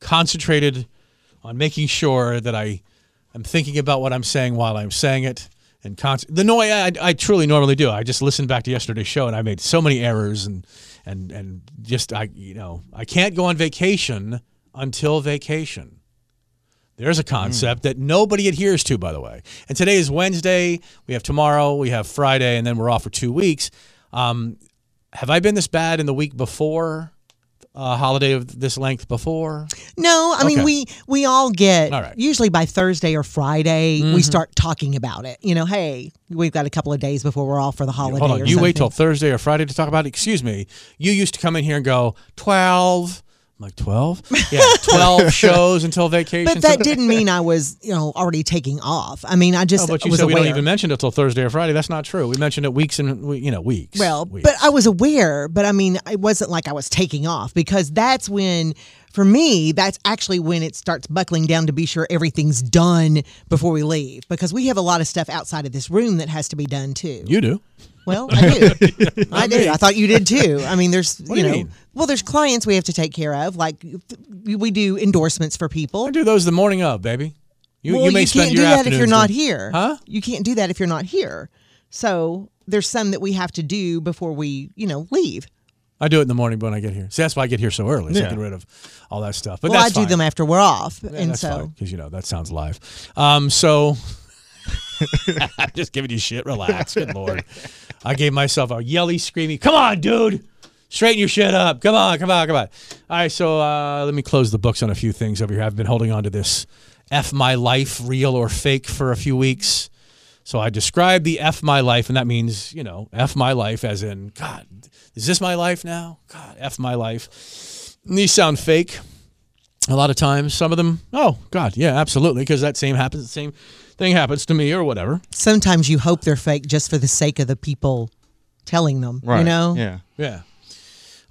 Speaker 6: concentrated on making sure that I am thinking about what I'm saying while I'm saying it. And con- the noise I, I truly normally do. I just listened back to yesterday's show and I made so many errors and and and just I you know I can't go on vacation until vacation. There's a concept that nobody adheres to, by the way. And today is Wednesday. We have tomorrow. We have Friday, and then we're off for two weeks. Um, have I been this bad in the week before? A holiday of this length before?
Speaker 5: No, I mean
Speaker 6: Okay.
Speaker 5: we we all get
Speaker 6: All right. Mm-hmm.
Speaker 5: usually by Thursday or Friday we start talking about it. You know, hey, we've got a couple of days before we're off for the holiday.
Speaker 6: Hold on.
Speaker 5: or
Speaker 6: You wait till
Speaker 5: something.
Speaker 6: Thursday or Friday to talk about it. Excuse me. You used to come in here and go twelve. I'm like twelve.
Speaker 5: <laughs>
Speaker 6: Yeah, twelve shows until vacation.
Speaker 5: But that didn't mean I was you know already taking off. I mean I
Speaker 6: No,
Speaker 5: just
Speaker 6: Oh, but you
Speaker 5: was
Speaker 6: said we
Speaker 5: aware.
Speaker 6: don't even mention it until Thursday or Friday. That's not true. We mentioned it weeks and we- you know weeks.
Speaker 5: well,
Speaker 6: Weeks.
Speaker 5: but I was aware. But I mean it wasn't like I was taking off because that's when. For me, that's actually when it starts buckling down to be sure everything's done before we leave because we have a lot of stuff outside of this room that has to be done too.
Speaker 6: you do.
Speaker 5: Well,
Speaker 6: <laughs>
Speaker 5: I do. I do. I thought you did too. I mean, there's
Speaker 6: do
Speaker 5: you
Speaker 6: you
Speaker 5: know,
Speaker 6: mean?
Speaker 5: well, there's clients we have to take care of. Like th- we do endorsements for people.
Speaker 6: I do those the morning of, baby. You,
Speaker 5: well,
Speaker 6: you may spend
Speaker 5: can't do
Speaker 6: your
Speaker 5: that if you're
Speaker 6: afternoons
Speaker 5: not
Speaker 6: doing-
Speaker 5: here.
Speaker 6: Huh?
Speaker 5: You can't do that if you're not here. So there's some that we have to do before we, you know, leave.
Speaker 6: I do it in the morning when I get here. See, that's why I get here so early. So I get rid of all that stuff. But
Speaker 5: well, I
Speaker 6: that's
Speaker 5: do
Speaker 6: fine.
Speaker 5: them after we're off,
Speaker 6: Yeah,
Speaker 5: and
Speaker 6: that's
Speaker 5: so
Speaker 6: because you know that sounds live. Um, so <laughs> I'm just giving you shit. Relax, good lord. I gave myself a yelly, screamy. Come on, dude. Straighten your shit up. Come on, come on, come on. All right, so uh, let me close the books on a few things over here. I've been holding on to this F my life, real or fake, for a few weeks. So I describe the F my life, and that means, you know, F my life as in, God, is this my life now? God, F my life. And these sound fake a lot of times. Some of them, oh, God, yeah, absolutely, because that same happens, the same thing happens to me or whatever.
Speaker 5: sometimes you hope they're fake just for the sake of the people telling them.
Speaker 7: Right.
Speaker 5: You know,
Speaker 7: Yeah.
Speaker 6: Yeah.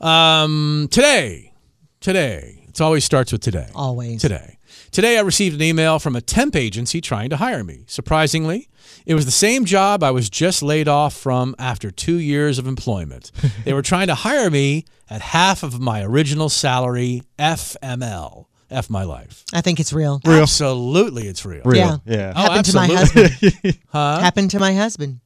Speaker 6: Um, today, today, it always starts with today.
Speaker 5: always.
Speaker 6: Today. Today, I received an email from a temp agency trying to hire me. Surprisingly, it was the same job I was just laid off from after two years of
Speaker 5: <laughs>
Speaker 6: employment. they were trying to hire me at half of my original salary, FML. F my life.
Speaker 5: I think it's real.
Speaker 6: Absolutely, it's real.
Speaker 5: Yeah.
Speaker 7: Yeah.
Speaker 6: Oh,
Speaker 5: Happened to my
Speaker 6: absolutely.
Speaker 5: husband.
Speaker 6: <laughs>
Speaker 5: Happened to my husband.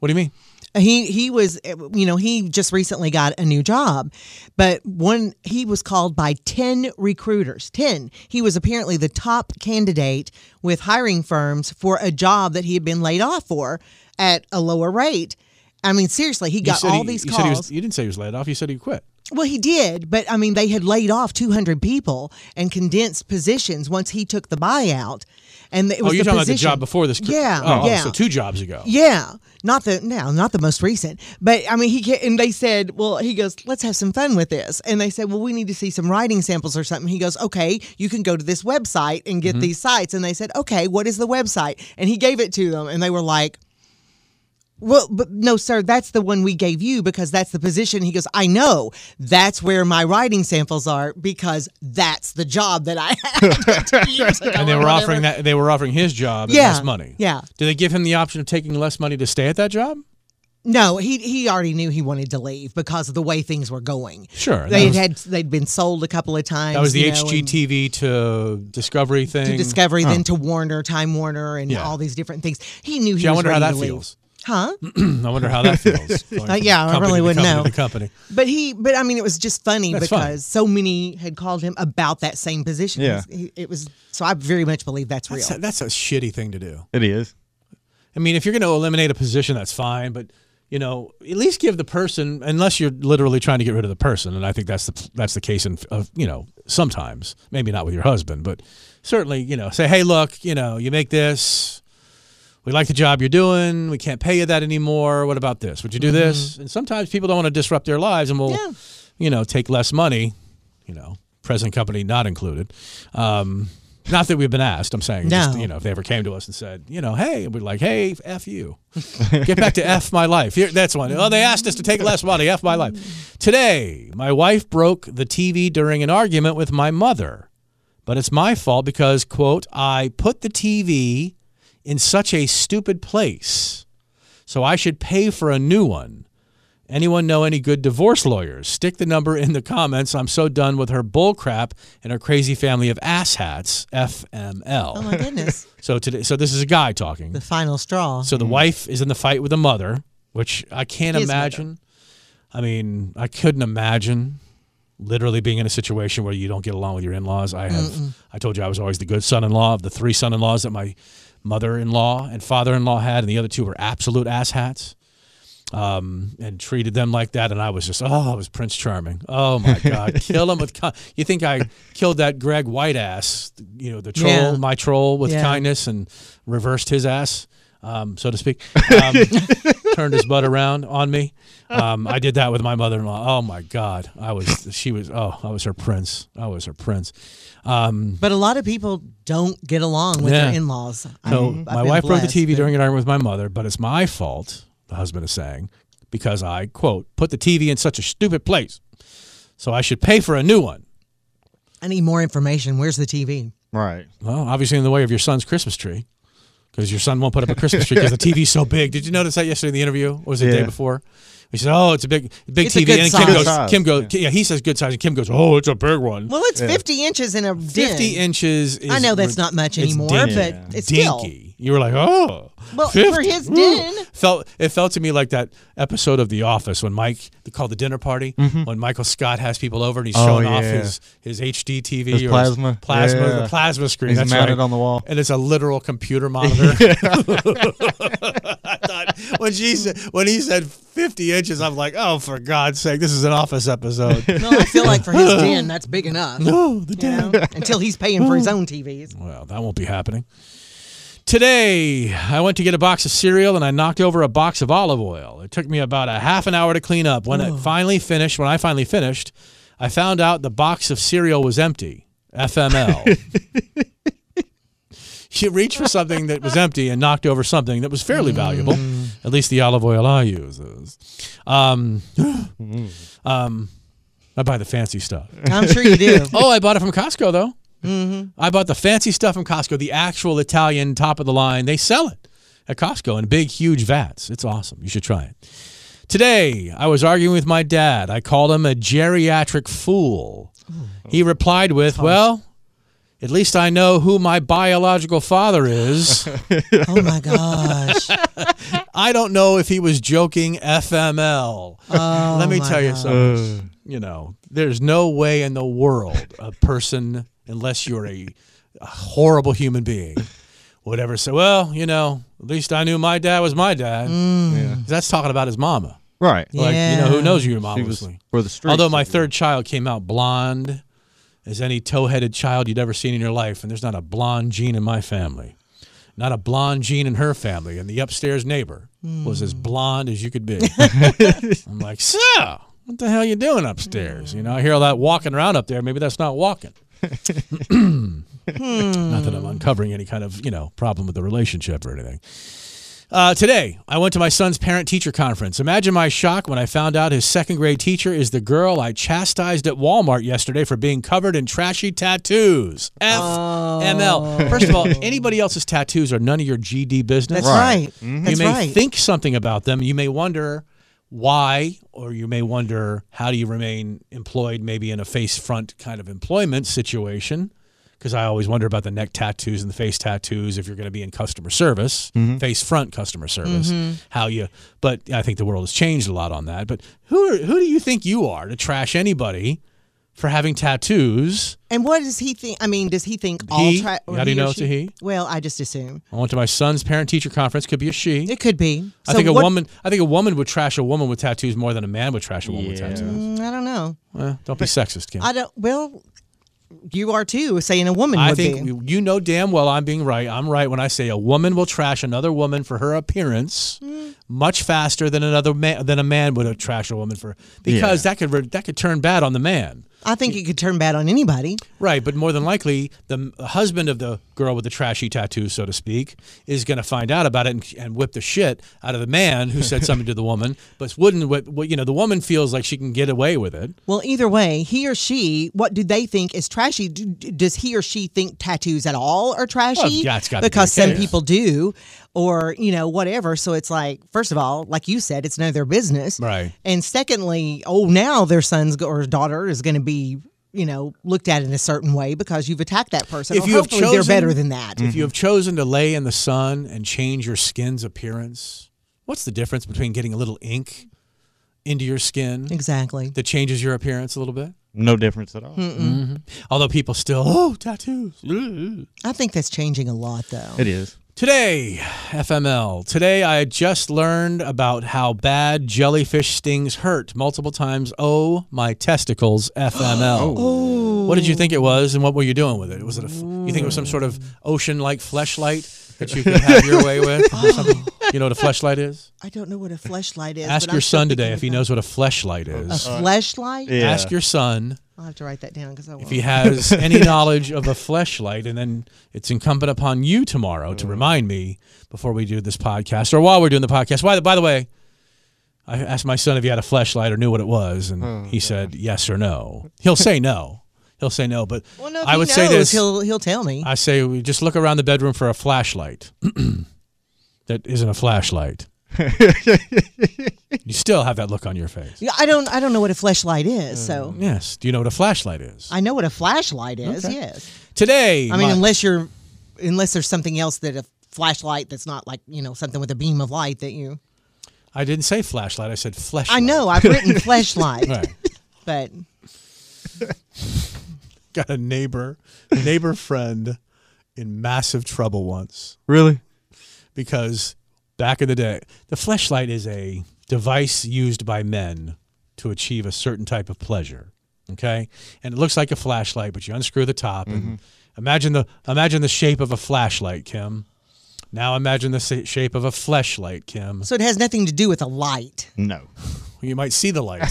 Speaker 6: What do you mean?
Speaker 5: he he was you know he just recently got a new job but one he was called by 10 recruiters 10 he was apparently the top candidate with hiring firms for a job that he had been laid off for at a lower rate i mean seriously he
Speaker 6: You
Speaker 5: got
Speaker 6: said
Speaker 5: all
Speaker 6: he-
Speaker 5: these
Speaker 6: you
Speaker 5: calls
Speaker 6: Said he was, you didn't say he was laid off. You said he quit.
Speaker 5: well, he did, but I mean, they had laid off 200 people and condensed positions once he took the buyout. And it was
Speaker 6: oh, you're
Speaker 5: the
Speaker 6: talking about the
Speaker 5: position.
Speaker 6: job before this. cr-
Speaker 5: Yeah,
Speaker 6: Oh,
Speaker 5: yeah.
Speaker 6: so two jobs ago.
Speaker 5: Yeah, not the now, not the most recent, but I mean, he ca- and they said, well, he goes, let's have some fun with this, and they said, well, we need to see some writing samples or something. He goes, okay, you can go to this website and get these sites, and they said, okay, what is the website? And he gave it to them, and they were like, Well, but no, sir, that's the one we gave you because that's the position. He goes, I know. That's where my writing samples are because that's the job that I had years ago
Speaker 6: and they
Speaker 5: or
Speaker 6: were offering
Speaker 5: whatever.
Speaker 6: that they were offering his job and
Speaker 5: Yeah,
Speaker 6: less money.
Speaker 5: yeah.
Speaker 6: Did they give him the option of taking less money to stay at that job?
Speaker 5: No, he he already knew he wanted to leave because of the way things were going.
Speaker 6: Sure, that
Speaker 5: they
Speaker 6: was-
Speaker 5: had they'd been sold a couple of times.
Speaker 6: That was the
Speaker 5: you know, and-
Speaker 6: HGTV to Discovery thing.
Speaker 5: to Discovery,
Speaker 6: Huh.
Speaker 5: then to Warner, Time Warner, and
Speaker 6: Yeah.
Speaker 5: all these different things. He knew he
Speaker 6: Gee, I
Speaker 5: was
Speaker 6: wonder how
Speaker 5: ready
Speaker 6: that
Speaker 5: to leave.
Speaker 6: feels. <clears throat>
Speaker 5: Huh?
Speaker 6: I wonder how that feels. going
Speaker 5: <laughs> Uh, yeah,
Speaker 6: from
Speaker 5: I
Speaker 6: company
Speaker 5: really
Speaker 6: to
Speaker 5: wouldn't
Speaker 6: company
Speaker 5: know.
Speaker 6: to company.
Speaker 5: But he, but I mean, it was just funny
Speaker 6: That's
Speaker 5: because
Speaker 6: fine.
Speaker 5: so many had called him about that same position.
Speaker 7: Yeah.
Speaker 5: He- It was, so I very much believe that's,
Speaker 6: That's
Speaker 5: real.
Speaker 6: a, that's a shitty thing to do.
Speaker 7: It is.
Speaker 6: I mean, if you're going to eliminate a position, that's fine, but you know, at least give the person, unless you're literally trying to get rid of the person, and I think that's the that's the case in of you know sometimes, maybe not with your husband, but certainly you know, say, hey, look, you know, you make this, we like the job you're doing, we can't pay you that anymore. What about this? Would you do this? And sometimes people don't want to disrupt their lives, and will
Speaker 5: Yeah.
Speaker 6: you know take less money, you know, present company not included. Um, not that we've been asked. I'm saying, just,
Speaker 5: No.
Speaker 6: you know, if they ever came to us and said, you know, hey, we're like, hey, f you, get back to f my life. Here, that's one. Oh, they asked us to take less money. F my life. Today, my wife broke the TV during an argument with my mother, but it's my fault because quote, I put the TV in such a stupid place, so I should pay for a new one. Anyone know any good divorce lawyers? Stick the number in the comments. I'm so done with her bullcrap and her crazy family of asshats. FML.
Speaker 5: oh my
Speaker 6: <laughs>
Speaker 5: goodness.
Speaker 6: So today, so this is a guy talking.
Speaker 5: the final straw.
Speaker 6: So the wife is in the fight with the mother, which I can't
Speaker 5: His
Speaker 6: imagine. I mean, I couldn't imagine literally being in a situation where you don't get along with your in-laws. I have I told you I was always the good son-in-law of the three son-in-laws that my mother-in-law and father-in-law had and the other two were absolute asshats. Um, and treated them like that, and I was just, oh, I was Prince Charming. Oh my God, kill him with. Con- you think I killed that Greg White ass? You know the troll,
Speaker 5: Yeah.
Speaker 6: my troll with
Speaker 5: Yeah.
Speaker 6: kindness, and reversed his ass, um, so to speak. Um, turned his butt around on me. Um, I did that with my mother-in-law. Oh my God, I was she was oh I was her prince. I was her prince. Um,
Speaker 5: But a lot of people don't get along with
Speaker 6: Yeah.
Speaker 5: their in laws.
Speaker 6: so my wife broke the TV during an argument with my mother, but it's my fault. The husband is saying because I quote put the TV in such a stupid place, so I should pay for a new one.
Speaker 5: I need more information. Where's the TV?
Speaker 7: Right.
Speaker 6: Well, obviously in the way of your son's Christmas tree, because your son won't put up a Christmas tree because the TV's so big. Did you notice that yesterday in the interview? Or was it the day
Speaker 7: Yeah.
Speaker 6: before? He said, "Oh, it's a big, big
Speaker 5: It's a
Speaker 6: TV."
Speaker 5: good
Speaker 6: and then
Speaker 5: size.
Speaker 6: Kim
Speaker 5: Good
Speaker 6: goes,
Speaker 7: size,
Speaker 6: "Kim goes, yeah. He says good size, and Kim goes, "Oh, it's a big one."
Speaker 5: Well, it's 50 inches in a den.
Speaker 6: 50 inches is
Speaker 5: I know that's not much
Speaker 6: it's
Speaker 5: anymore,
Speaker 6: dinky.
Speaker 5: but it's still.
Speaker 6: dinky. You were like, oh.
Speaker 5: Well, for his
Speaker 6: ooh.
Speaker 5: din.
Speaker 6: Felt, it felt to me like that episode of The Office when Mike, they call the dinner party, when Michael Scott has people over and he's
Speaker 7: Mm-hmm. Oh,
Speaker 6: showing off
Speaker 7: yeah.
Speaker 6: his, his HD TV
Speaker 7: His
Speaker 6: or
Speaker 7: plasma.
Speaker 6: plasma,
Speaker 7: Yeah.
Speaker 6: the plasma screen.
Speaker 7: He's
Speaker 6: that's
Speaker 7: mounted
Speaker 6: right.
Speaker 7: on the wall.
Speaker 6: And it's a literal
Speaker 7: <laughs>
Speaker 6: computer monitor. <laughs> I thought when, she said, when he said 50 inches, I'm like, oh, for God's sake, this is an Office episode.
Speaker 5: Well, I feel like
Speaker 6: <laughs>
Speaker 5: for his den, that's big enough.
Speaker 6: no, the
Speaker 5: you
Speaker 6: dinner.
Speaker 5: know, until he's paying for his own TVs.
Speaker 6: Well, that won't be happening. Today, I went to get a box of cereal and I knocked over a box of olive oil. It took me about a half an hour to clean up. When it finally finished, when I finally finished, I found out the box of cereal was empty. FML. she reached for something that was empty and knocked over something that was fairly valuable. At least the olive oil I use is. Um, um, I buy the fancy stuff.
Speaker 5: I'm sure
Speaker 6: <laughs>
Speaker 5: you do.
Speaker 6: Oh, I bought it from Costco though. I bought the fancy stuff from Costco, the actual Italian top of the line. They sell it at Costco in big, huge vats. It's awesome. You should try it. Today, I was arguing with my dad. I called him a geriatric fool. He replied with, Well, at least I know who my biological father is.
Speaker 5: Oh
Speaker 6: <laughs>
Speaker 5: my gosh.
Speaker 6: I don't know if he was joking FML.
Speaker 5: Oh,
Speaker 6: Let me
Speaker 5: my
Speaker 6: tell you
Speaker 5: God.
Speaker 6: something. you know, there's no way in the world a person, unless you're a, a horrible human being, would ever say, well, you know, at least I knew my dad was my dad.
Speaker 7: Yeah.
Speaker 6: That's talking about his mama.
Speaker 7: Right.
Speaker 6: Like, you know, who
Speaker 5: Mm. Yeah.
Speaker 6: knows who your mama
Speaker 7: She
Speaker 6: was.
Speaker 7: was for the street.
Speaker 6: Although my third child came out blonde as any tow headed child you'd ever seen in your life. And there's not a blonde gene in my family, not a blonde gene in her family. And the upstairs neighbor was as blonde as you could be. I'm like, so what the hell you doing upstairs? You know, I hear all that walking around up there. Maybe that's not walking. Hmm. Not that I'm uncovering any kind of, you know, problem with the relationship or anything. Uh, today, I went to my son's parent teacher conference. Imagine my shock when I found out his second grade teacher is the girl I chastised at Walmart yesterday for being covered in trashy tattoos. FML. First of all, anybody else's tattoos are none of your GD business.
Speaker 5: Oh. That's Right. right. Mhm.
Speaker 6: Mm-hmm. You
Speaker 5: That's
Speaker 6: may
Speaker 5: right.
Speaker 6: think something about them. You may wonder why, or you may wonder how do you remain employed, maybe in a face front kind of employment situation. Because I always wonder about the neck tattoos and the face tattoos if you're going to be in customer service, face front customer service.
Speaker 5: Mhm.
Speaker 6: How you, but I think the world has changed a lot on that. But who are, who do you think you are to trash anybody for having tattoos?
Speaker 5: And what does he think? I mean, does he think all?
Speaker 6: He?
Speaker 5: Tra- or
Speaker 6: How do you
Speaker 5: he or
Speaker 6: know it's a
Speaker 5: she?
Speaker 6: he?
Speaker 5: Well, I just assume
Speaker 6: I went to my son's parent teacher conference. Could be a she.
Speaker 5: it could be.
Speaker 6: I
Speaker 5: So
Speaker 6: think a
Speaker 5: what-
Speaker 6: woman. I think a woman would trash a woman with tattoos more than a man would trash a woman with tattoos.
Speaker 5: Mm, I don't know.
Speaker 6: Well, don't be sexist, Kim.
Speaker 5: I don't. Well, you are too saying a woman.
Speaker 6: I
Speaker 5: would
Speaker 6: think
Speaker 5: be.
Speaker 6: you- you know damn well I'm being right. I'm right when I say a woman will trash another woman for her appearance
Speaker 5: Mm.
Speaker 6: much faster than another man than a man would trash a woman for because that could re- that could turn bad on the man.
Speaker 5: I think it could turn bad on anybody.
Speaker 6: Right, but more than likely, the m- husband of the girl with the trashy tattoo, so to speak, is going to find out about it and, and whip the shit out of the man who said something to the woman, but wouldn't whip. Well, you know, the woman feels like she can get away with it.
Speaker 5: Well, either way, he or she, what do they think is trashy? Do, do- does he or she think tattoos at all are trashy?
Speaker 6: that's gotta be
Speaker 5: because
Speaker 6: the
Speaker 5: some
Speaker 6: case.
Speaker 5: people do, or you know, whatever. So it's like, first of all, like you said, it's none of their business,
Speaker 6: Right.
Speaker 5: And secondly, oh, now their son's go- or daughter is going to be. You know, looked at in a certain way because you've attacked that person.
Speaker 6: If
Speaker 5: Or
Speaker 6: you have
Speaker 5: hopefully
Speaker 6: chosen,
Speaker 5: they're better than that.
Speaker 6: If you have chosen to lay in the sun and change your skin's appearance, what's the difference between getting a little ink into your skin
Speaker 5: exactly.
Speaker 6: that changes your appearance a little bit?
Speaker 7: No difference at all.
Speaker 5: Mm-mm.
Speaker 6: Although people still, oh, tattoos. Ugh.
Speaker 5: I think that's changing a lot, though.
Speaker 7: It is.
Speaker 6: Today, FML. Today, I just learned about how bad jellyfish stings hurt multiple times. Oh, my testicles,
Speaker 5: <gasps>
Speaker 6: FML.
Speaker 5: Oh.
Speaker 6: What did you think it was, and what were you doing with it? Was it a f you think it was some sort of ocean-like fleshlight that you could have your way
Speaker 5: <laughs>
Speaker 6: with? or
Speaker 5: Oh.
Speaker 6: something? You know what a fleshlight is?
Speaker 5: I don't know what a fleshlight is.
Speaker 6: Ask
Speaker 5: but
Speaker 6: your
Speaker 5: I'm still
Speaker 6: son today
Speaker 5: thinking Oh.
Speaker 6: if he
Speaker 5: about-
Speaker 6: knows what a fleshlight
Speaker 5: a
Speaker 6: is.
Speaker 5: fleshlight.
Speaker 7: Yeah.
Speaker 6: Ask your son
Speaker 5: I'll have to write that down because I won't.
Speaker 6: if he has any knowledge of a fleshlight, and then it's incumbent upon you tomorrow to remind me before we do this podcast or while we're doing the podcast. By the, by the way, I asked my son if he had a fleshlight or knew what it was, and he said yes or no. He'll say no. He'll say no, but
Speaker 5: Well, no, if
Speaker 6: I
Speaker 5: he
Speaker 6: would
Speaker 5: knows,
Speaker 6: say this.
Speaker 5: He'll he'll tell me.
Speaker 6: I say we just look around the bedroom for a flashlight <clears throat> that isn't a flashlight. you still have that look on your face.
Speaker 5: Yeah, I don't I don't know what a flashlight is. So
Speaker 6: Yes. Do you know what a flashlight is?
Speaker 5: I know what a flashlight is.
Speaker 6: Mm. Okay.
Speaker 5: Yes.
Speaker 6: Today,
Speaker 5: I mean,
Speaker 6: my-
Speaker 5: unless you're unless there's something else that a flashlight that's not like you know something with a beam of light that you.
Speaker 6: I didn't say flashlight. I said flesh. <laughs>
Speaker 5: I know I've written flashlight,
Speaker 6: Right.
Speaker 5: but
Speaker 6: Got a neighbor, neighbor friend in massive trouble once
Speaker 7: Really?
Speaker 6: because back in the day, the fleshlight is a device used by men to achieve a certain type of pleasure. Okay? And it looks like a flashlight, but you unscrew the top and imagine the imagine the shape of a flashlight, Kim. Now imagine the sa- shape of a fleshlight, Kim.
Speaker 5: so it has nothing to do with a light.
Speaker 7: No.
Speaker 6: You might see the light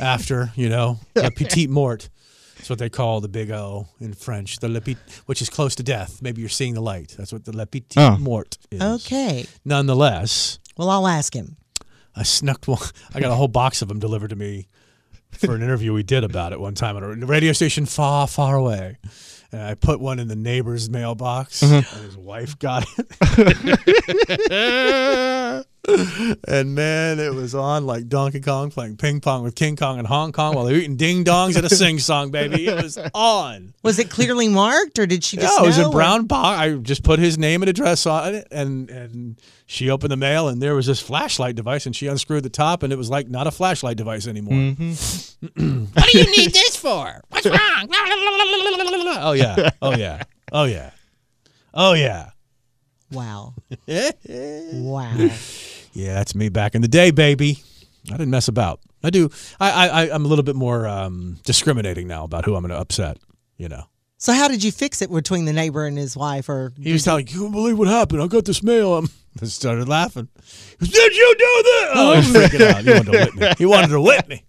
Speaker 6: after, you know, la petite mort. That's what they call the big O in French, the le petit, which is close to death. Maybe you're seeing the light. That's what the la petite
Speaker 7: Oh.
Speaker 6: mort is.
Speaker 5: Okay.
Speaker 6: Nonetheless,
Speaker 5: Well, I'll ask him.
Speaker 6: I snuck one. <laughs> I got a whole box of them delivered to me for an interview we did about it one time at a radio station far, far away. And I put one in the neighbor's mailbox, and his wife got it. <laughs> and man, it was on like Donkey Kong playing ping pong with King Kong in Hong Kong while they were eating ding dongs at a sing song, baby. It was on.
Speaker 5: Was it clearly marked, or did she just?
Speaker 6: Yeah, it was
Speaker 5: know,
Speaker 6: a
Speaker 5: or-
Speaker 6: brown box. I just put his name and address on it, and and she opened the mail, and there was this flashlight device, and she unscrewed the top, and it was like not a flashlight device anymore.
Speaker 5: Mm-hmm.
Speaker 6: <clears throat> what do you need this for? <laughs> What's wrong? oh yeah, oh yeah, oh yeah, oh <laughs> yeah.
Speaker 5: Wow.
Speaker 6: yeah,
Speaker 5: Wow.
Speaker 6: that's me back in the day, baby. I didn't mess about. I do. I I I- I'm a little bit more um, discriminating now about who I'm going to upset. You know.
Speaker 5: so how did you fix it between the neighbor and his wife, or
Speaker 6: He was telling, you won't believe what happened. I got this mail. I'm, <laughs> I started laughing. He goes, Did you do that? Oh, he's freaking out. He wanted to whip me. He wanted to whip me.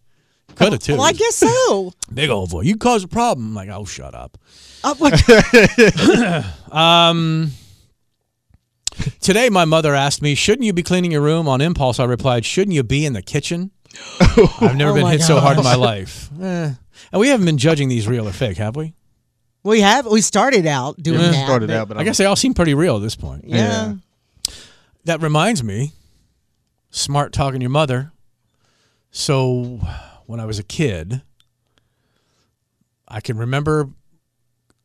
Speaker 6: Could have too.
Speaker 5: Well, I guess so.
Speaker 6: Big old boy. You caused a problem. I'm like, oh, shut up.
Speaker 5: Uh, what-
Speaker 6: Um, Today, my mother asked me, "Shouldn't you be cleaning your room?" On impulse, I replied, "Shouldn't you be in the
Speaker 5: <laughs>
Speaker 6: kitchen?" I've never
Speaker 5: Oh
Speaker 6: been
Speaker 5: my
Speaker 6: hit so hard in my
Speaker 5: gosh.
Speaker 6: life. Eh. And we haven't been judging these real or fake, have we?
Speaker 5: We have we started out doing
Speaker 6: Yeah.
Speaker 5: that.
Speaker 7: Started out, but
Speaker 6: I guess they all seem pretty real at this point.
Speaker 5: Yeah.
Speaker 7: Yeah.
Speaker 6: That reminds me, smart talking to your mother. So, when I was a kid, I can remember.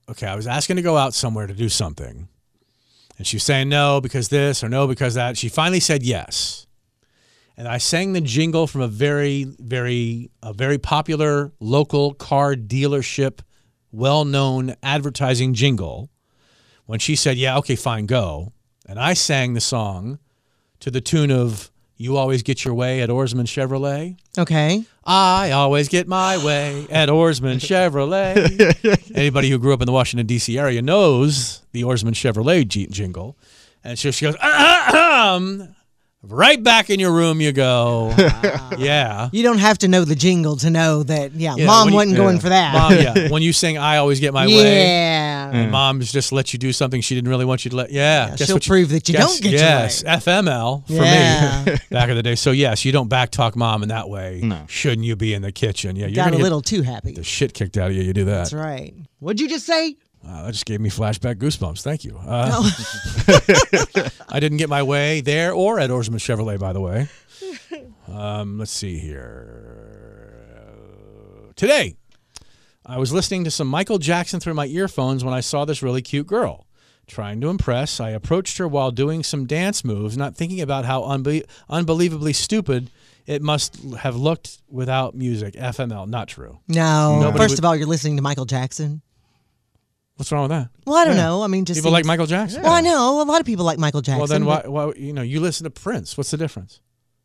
Speaker 6: Okay, I was asking to go out somewhere to do something, and she was saying no because this or no because that. She finally said yes, and I sang the jingle from a very, very, a very popular local car dealership, well-known advertising jingle. When she said, "Yeah, okay, fine, go," and I sang the song to the tune of "You Always Get Your Way" at Oarsman Chevrolet.
Speaker 5: Okay.
Speaker 6: I always get my way at Oarsman Chevrolet. Anybody who grew up in the Washington D.C. area knows the Oarsman Chevrolet je- jingle, and so she goes, "Ahem." right back in your room you go. yeah.
Speaker 5: You don't have to know the jingle to know that. Yeah,
Speaker 6: Yeah,
Speaker 5: mom
Speaker 6: when you-
Speaker 5: wasn't going for that. <laughs>
Speaker 6: Mom, yeah. When you sing "I always get my way,"
Speaker 5: yeah.
Speaker 6: and mom's just let you do something she didn't really want you to let. Yeah, guess
Speaker 5: Mm. she'll
Speaker 6: what you-
Speaker 5: prove that you
Speaker 6: Yes,
Speaker 5: don't get
Speaker 6: yes, FML for
Speaker 5: Yeah.
Speaker 6: me <laughs> back in the day. So yes, you don't backtalk mom in that way.
Speaker 7: No.
Speaker 6: Shouldn't you be in the kitchen? Yeah,
Speaker 5: your way.
Speaker 6: you're
Speaker 5: Got
Speaker 6: gonna
Speaker 5: a
Speaker 6: get
Speaker 5: little too happy.
Speaker 6: the shit kicked out of you. You do that.
Speaker 5: That's right. What'd you just say?
Speaker 6: Wow, Uh, that just gave me flashback goosebumps. Thank you. Uh, <laughs> I didn't get my way there or at Oarsman Chevrolet, by the way. Um, let's see here. Today, I was listening to some Michael Jackson through my earphones when I saw this really cute girl. Trying to impress, I approached her while doing some dance moves, not thinking about how unbe- unbelievably stupid it must have looked without music. FML, not true.
Speaker 5: No.
Speaker 6: Nobody
Speaker 5: First
Speaker 6: would-
Speaker 5: of all, you're listening to Michael Jackson.
Speaker 6: What's wrong with that?
Speaker 5: Well, I don't know. I mean, just
Speaker 6: People like
Speaker 5: seems-
Speaker 6: Michael Jackson.
Speaker 5: Well, I know a lot of people like Michael Jackson.
Speaker 6: Well, then why,
Speaker 5: but-
Speaker 6: why? You know, you listen to Prince. What's the difference?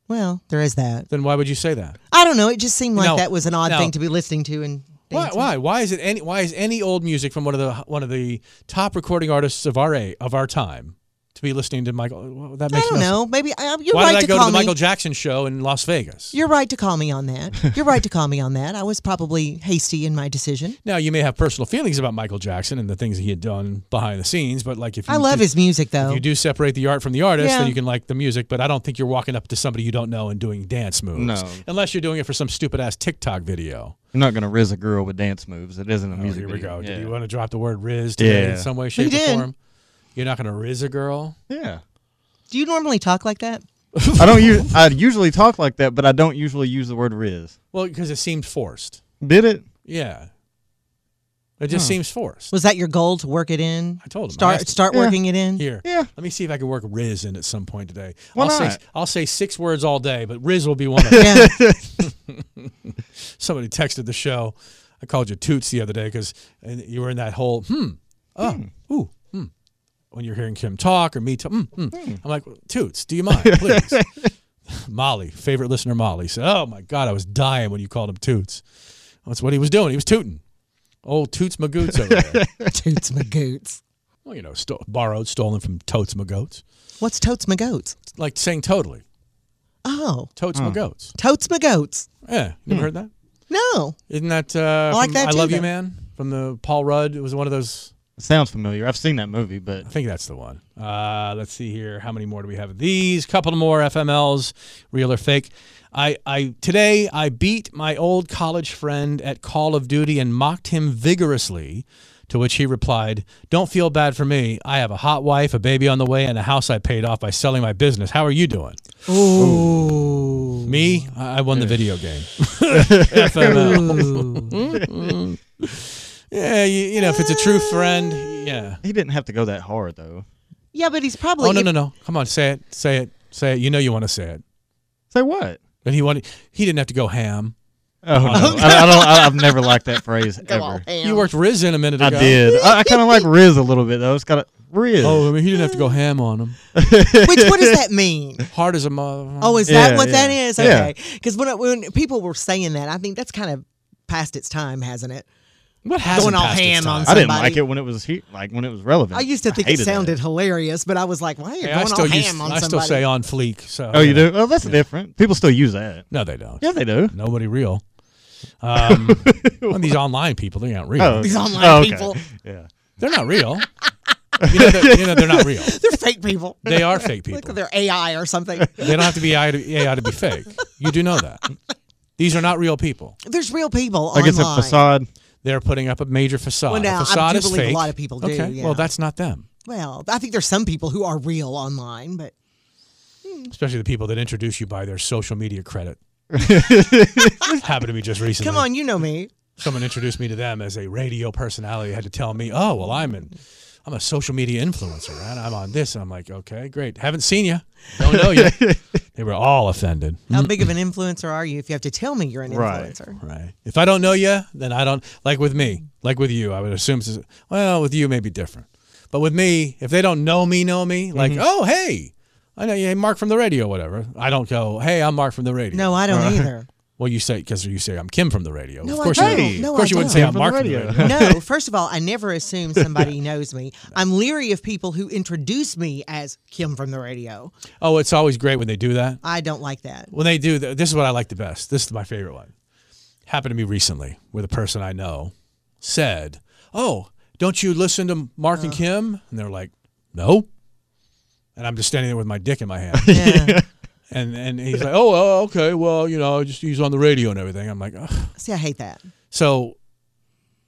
Speaker 5: well, there is that.
Speaker 6: Then why would you say that?
Speaker 5: I don't know. It just seemed like
Speaker 6: No,
Speaker 5: that was an odd
Speaker 6: no.
Speaker 5: thing to be listening to and
Speaker 6: Why?
Speaker 5: dancing.
Speaker 6: Why? Why is it any? Why is any old music from one of the one of the top recording artists of our a- of our time to be listening to Michael? well, that
Speaker 5: I
Speaker 6: makes
Speaker 5: don't
Speaker 6: no
Speaker 5: know.
Speaker 6: sense.
Speaker 5: Maybe I, you're
Speaker 6: why
Speaker 5: right
Speaker 6: did I
Speaker 5: to
Speaker 6: go to
Speaker 5: call
Speaker 6: the
Speaker 5: me.
Speaker 6: Michael Jackson show in Las Vegas?
Speaker 5: you're right to call me
Speaker 6: <laughs>
Speaker 5: on that. You're right to call me on that. I was probably hasty in my decision.
Speaker 6: now you may have personal feelings about Michael Jackson and the things that he had done behind the scenes, but like if you
Speaker 5: I love
Speaker 6: do,
Speaker 5: his music though.
Speaker 6: If you do separate the art from the artist,
Speaker 5: Yeah.
Speaker 6: then you can like the music, but I don't think you're walking up to somebody you don't know and doing dance moves.
Speaker 7: No.
Speaker 6: Unless you're doing it for some stupid ass TikTok video.
Speaker 7: <laughs> You're not gonna riz a girl with dance moves. It isn't a music.
Speaker 6: Oh, Here we
Speaker 7: video.
Speaker 6: go.
Speaker 7: Yeah.
Speaker 6: Did you want to drop the word Riz today
Speaker 7: Yeah.
Speaker 6: in some way, shape,
Speaker 5: He
Speaker 6: or
Speaker 5: did.
Speaker 6: form? You're not going to Riz a girl?
Speaker 7: Yeah.
Speaker 5: Do you normally talk like that?
Speaker 7: I don't. Use, I usually talk like that, but I don't usually use the word riz.
Speaker 6: Well, because it seemed forced.
Speaker 7: Did it?
Speaker 6: Yeah. It just seems forced.
Speaker 5: Was that your goal to work it in?
Speaker 6: I told him. I
Speaker 5: Start
Speaker 6: asked him.
Speaker 5: start
Speaker 7: Yeah.
Speaker 5: working it in.
Speaker 6: Here.
Speaker 7: Yeah.
Speaker 6: Let me see if I can work Riz in at some point today.
Speaker 7: Why
Speaker 6: I'll say
Speaker 7: not?
Speaker 6: I'll say six words all day, but Riz
Speaker 7: <laughs>
Speaker 6: will be one of them.
Speaker 5: Yeah.
Speaker 6: <laughs> Somebody texted the show. I called you Toots the other day because you were in that whole hmm, oh, ooh, hmm. When you're hearing Kim talk or me talk, hmm, hmm. I'm like Toots, do you
Speaker 5: <laughs>
Speaker 6: mind, please? Molly, favorite listener, Molly said, "Oh my God, I was dying when you called him Toots. That's what he was doing. He was tooting. Old Toots Magoots over
Speaker 5: <laughs>
Speaker 6: there.
Speaker 5: Toots my goots.
Speaker 6: well, you know, sto- borrowed, stolen from Totes Magoots.
Speaker 5: What's totes my goats?
Speaker 6: Like saying totally,
Speaker 5: Oh,
Speaker 6: Totes Magoots.
Speaker 5: totes my goats.
Speaker 6: Yeah, you never heard that? <laughs>
Speaker 5: No.
Speaker 6: Isn't that? Uh,
Speaker 5: Hmm. I like
Speaker 6: from
Speaker 5: that
Speaker 6: I
Speaker 5: too,
Speaker 6: love you,
Speaker 5: though.
Speaker 6: man. From the Paul Rudd. It was one of those.
Speaker 7: It sounds familiar. I've seen that movie, but
Speaker 6: I think that's the one. Uh, let's see here. How many more do we have? of These couple more FMLs, real or fake. I, I today I beat my old college friend at Call of Duty and mocked him vigorously. To which he replied, "Don't feel bad for me. I have a hot wife, a baby on the way, and a house I paid off by selling my business. How are you doing?
Speaker 5: Ooh.
Speaker 6: Me? I I won the video game. FML.
Speaker 5: Ooh.
Speaker 6: Yeah, you, you know if it's a true friend, yeah.
Speaker 7: he didn't have to go that hard though.
Speaker 5: yeah, but he's probably
Speaker 6: Oh no no no! Come on, say it, say it, say it. You know you want to say it.
Speaker 7: Say what?
Speaker 6: And he wanted. He didn't have to go ham.
Speaker 7: Oh, no. I, I don't. I, I've never liked that phrase ever.
Speaker 6: You worked Riz in a minute
Speaker 7: I
Speaker 6: ago.
Speaker 7: did. I, I kind of like riz a little bit though. It's got a riz. <laughs>
Speaker 6: Oh, I mean, he didn't have to go ham on him.
Speaker 5: Which
Speaker 6: <laughs>
Speaker 5: what does that mean?
Speaker 6: Hard as a mother.
Speaker 5: Oh, is
Speaker 7: Yeah,
Speaker 5: that what that
Speaker 7: yeah.
Speaker 5: is?
Speaker 7: Yeah.
Speaker 5: Okay. Because when, it- when people were saying that, I think that's kind of past its time, hasn't it?
Speaker 6: what hasn't
Speaker 5: going all
Speaker 6: passed its
Speaker 5: ham on
Speaker 6: time?
Speaker 7: I didn't
Speaker 5: somebody-
Speaker 7: like it when it was he- like when it was relevant.
Speaker 5: I used to think it
Speaker 7: hated that.
Speaker 5: sounded hilarious, but I was like, why are you
Speaker 6: Hey,
Speaker 5: going
Speaker 6: I still
Speaker 5: all ham
Speaker 6: use,
Speaker 5: on
Speaker 6: I
Speaker 5: somebody?
Speaker 6: still say on fleek. So
Speaker 7: Oh, you do? Oh, that's different. People still use that.
Speaker 6: No, they don't.
Speaker 7: Yeah, they do.
Speaker 6: Nobody
Speaker 7: <laughs>
Speaker 6: real. Um, well, these online people, they aren't real.
Speaker 7: Oh,
Speaker 5: These online
Speaker 7: oh, okay.
Speaker 5: people.
Speaker 7: Yeah.
Speaker 6: They're not real. You know, they're, you know, they're not real.
Speaker 5: <laughs> They're fake people.
Speaker 6: They
Speaker 5: <laughs>
Speaker 6: are fake
Speaker 5: Like
Speaker 6: people.
Speaker 5: they're AI
Speaker 6: <laughs>
Speaker 5: or something.
Speaker 6: They don't have to be AI to, AI to be fake. You do know that. These are not real people.
Speaker 5: There's real people
Speaker 7: Like it's a
Speaker 5: online.
Speaker 7: facade.
Speaker 6: They're putting up a major facade.
Speaker 5: Well,
Speaker 6: A
Speaker 5: now, I
Speaker 6: facade
Speaker 5: do
Speaker 6: is
Speaker 5: believe a
Speaker 6: fake.
Speaker 5: lot of people do,
Speaker 6: Okay,
Speaker 5: yeah.
Speaker 6: well, that's not them.
Speaker 5: Well, I think there's some people who are real online, but
Speaker 6: Especially the people that introduce you by their social media credit.
Speaker 5: <laughs>
Speaker 6: Happened to me just recently.
Speaker 5: come on, you know me.
Speaker 6: Someone introduced me to them as a radio personality. Had to tell me, oh, well, I'm an, I'm a social media influencer, and I'm on this. And I'm like, okay, great. Haven't seen you. Don't know
Speaker 5: <laughs>
Speaker 6: you. they were all offended.
Speaker 5: How big of an influencer are you if you have to tell me you're an
Speaker 7: Right.
Speaker 5: influencer?
Speaker 6: Mm-hmm. Right. If I don't know you, then I don't like with me, like with you. I would assume, s- well, with you may be different, but with me, if they don't know me, know me, like,
Speaker 5: Mm-hmm.
Speaker 6: oh hey, I know you, hey, Mark from the radio, whatever. I don't go, hey, I'm Mark from the radio.
Speaker 5: No, I don't either.
Speaker 6: <laughs> Well, you say because you say I'm Kim from the radio.
Speaker 5: No,
Speaker 6: of
Speaker 5: I
Speaker 6: course you.
Speaker 5: don't.
Speaker 6: wouldn't-
Speaker 5: No,
Speaker 6: of course
Speaker 5: I
Speaker 6: you wouldn't say
Speaker 5: don't.
Speaker 6: I'm
Speaker 7: From the
Speaker 6: Mark from the
Speaker 7: radio.
Speaker 6: radio.
Speaker 5: No, first of all, I never
Speaker 6: <laughs>
Speaker 5: assume somebody knows me. I'm leery of people who introduce me as Kim from the radio.
Speaker 6: Oh, it's always great when they do that.
Speaker 5: I don't like that.
Speaker 6: <laughs> when they do th- this is what i like the best this is my favorite one happened to me recently with a person i know said oh don't you listen to mark
Speaker 5: Oh.
Speaker 6: and kim and they're like no and i'm just standing there with my dick in my hand
Speaker 5: <laughs> Yeah.
Speaker 6: and and he's like oh well, okay well you know just he's on the radio and everything i'm like Ugh.
Speaker 5: See, I hate that.
Speaker 6: so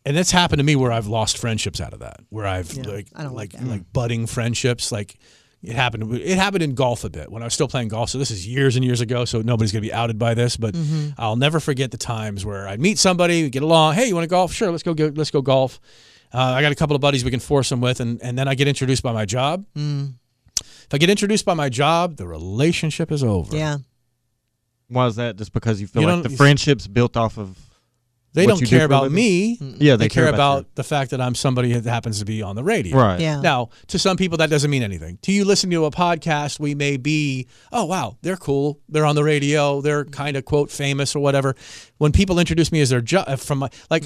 Speaker 6: and it's happened to me where i've lost friendships out of that where i've like
Speaker 5: I don't like
Speaker 6: like like budding friendships like it happened it happened in golf a bit when i was still playing golf so this is years and years ago so nobody's going to be outed by this but
Speaker 5: Mm-hmm.
Speaker 6: i'll never forget the times where i'd meet somebody we'd get along hey you want to golf sure let's go go let's go golf uh, i got a couple of buddies we can force them with and, and then i get introduced by my job
Speaker 5: Mm.
Speaker 6: if i get introduced by my job the relationship is over
Speaker 5: Yeah.
Speaker 7: Why is that? Just because you feel
Speaker 6: You
Speaker 7: like
Speaker 6: don't-
Speaker 7: the friendship's built off of
Speaker 6: they
Speaker 7: What
Speaker 6: don't
Speaker 7: you do
Speaker 6: care
Speaker 7: for a
Speaker 6: about
Speaker 7: living?
Speaker 6: me
Speaker 7: yeah.
Speaker 6: they, care, about,
Speaker 7: you.
Speaker 6: the fact that i'm somebody that happens to be on the radio
Speaker 7: right.
Speaker 5: Yeah.
Speaker 6: Now, to some people, that doesn't mean anything. To you listening to a podcast, we may be, oh, wow, they're cool. They're on the radio. They're kind of, quote, famous or whatever. When people introduce me as their job, from my, like,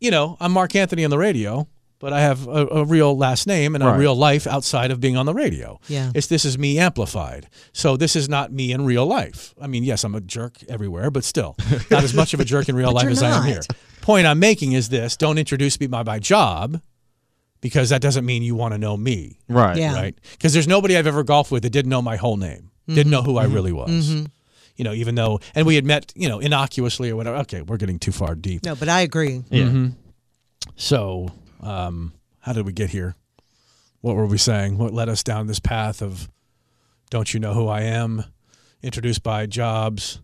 Speaker 6: you know, I'm Mark Anthony on the radio, but I have a, a real last name and
Speaker 7: Right.
Speaker 6: a real life outside of being on the radio.
Speaker 5: Yeah.
Speaker 6: It's this is me amplified. So this is not me in real life. I mean, yes, I'm a jerk everywhere, but still not as much of a jerk in real life
Speaker 5: you're
Speaker 6: as I am
Speaker 5: not.
Speaker 6: here. Point I'm making is this don't introduce me by my job because that doesn't mean you want to know me.
Speaker 7: Right.
Speaker 5: Yeah.
Speaker 6: Right. Because there's nobody I've ever golfed with that didn't know my whole name, didn't
Speaker 5: Mm-hmm.
Speaker 6: know who I really was. You know, even though, and we had met, you know, innocuously or whatever. Okay, we're getting too far deep.
Speaker 5: No, but I agree.
Speaker 7: Yeah.
Speaker 6: Mm-hmm. So, um, how did we get here? What were we saying? What led us down this path of don't you know who I am? Introduced by Jobs.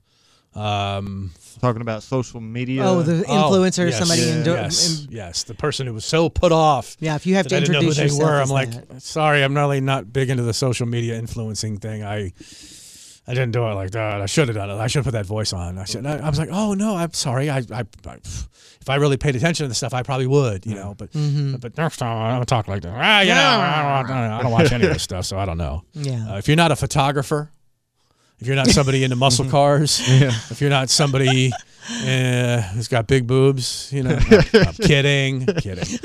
Speaker 6: Um,
Speaker 7: Talking about social media.
Speaker 5: Oh, the influencer,
Speaker 6: oh,
Speaker 5: somebody.
Speaker 6: Yes,
Speaker 5: Indo-
Speaker 6: yes,
Speaker 5: in-
Speaker 6: yes, the person who was so put off.
Speaker 5: yeah, if you have
Speaker 6: that
Speaker 5: to
Speaker 6: I didn't know who
Speaker 5: introduce
Speaker 6: they
Speaker 5: yourself.
Speaker 6: were. I'm
Speaker 5: as
Speaker 6: like,
Speaker 5: that.
Speaker 6: sorry, I'm really not big into the social media influencing thing. I I didn't do it like that. I should have done it. I should have put that voice on. I should. I, I was like, oh no, I'm sorry. I, I, I if I really paid attention to this stuff, I probably would, you know. But
Speaker 5: Mm-hmm.
Speaker 6: but next time I don't talk like that. Ah, you know, I don't, I don't watch any of this stuff, so I don't know.
Speaker 5: Yeah.
Speaker 6: Uh, if you're not a photographer, if you're not somebody into
Speaker 5: <laughs>
Speaker 6: muscle cars, if you're not somebody uh, who's got big boobs, you know, I'm, I'm kidding, I'm kidding.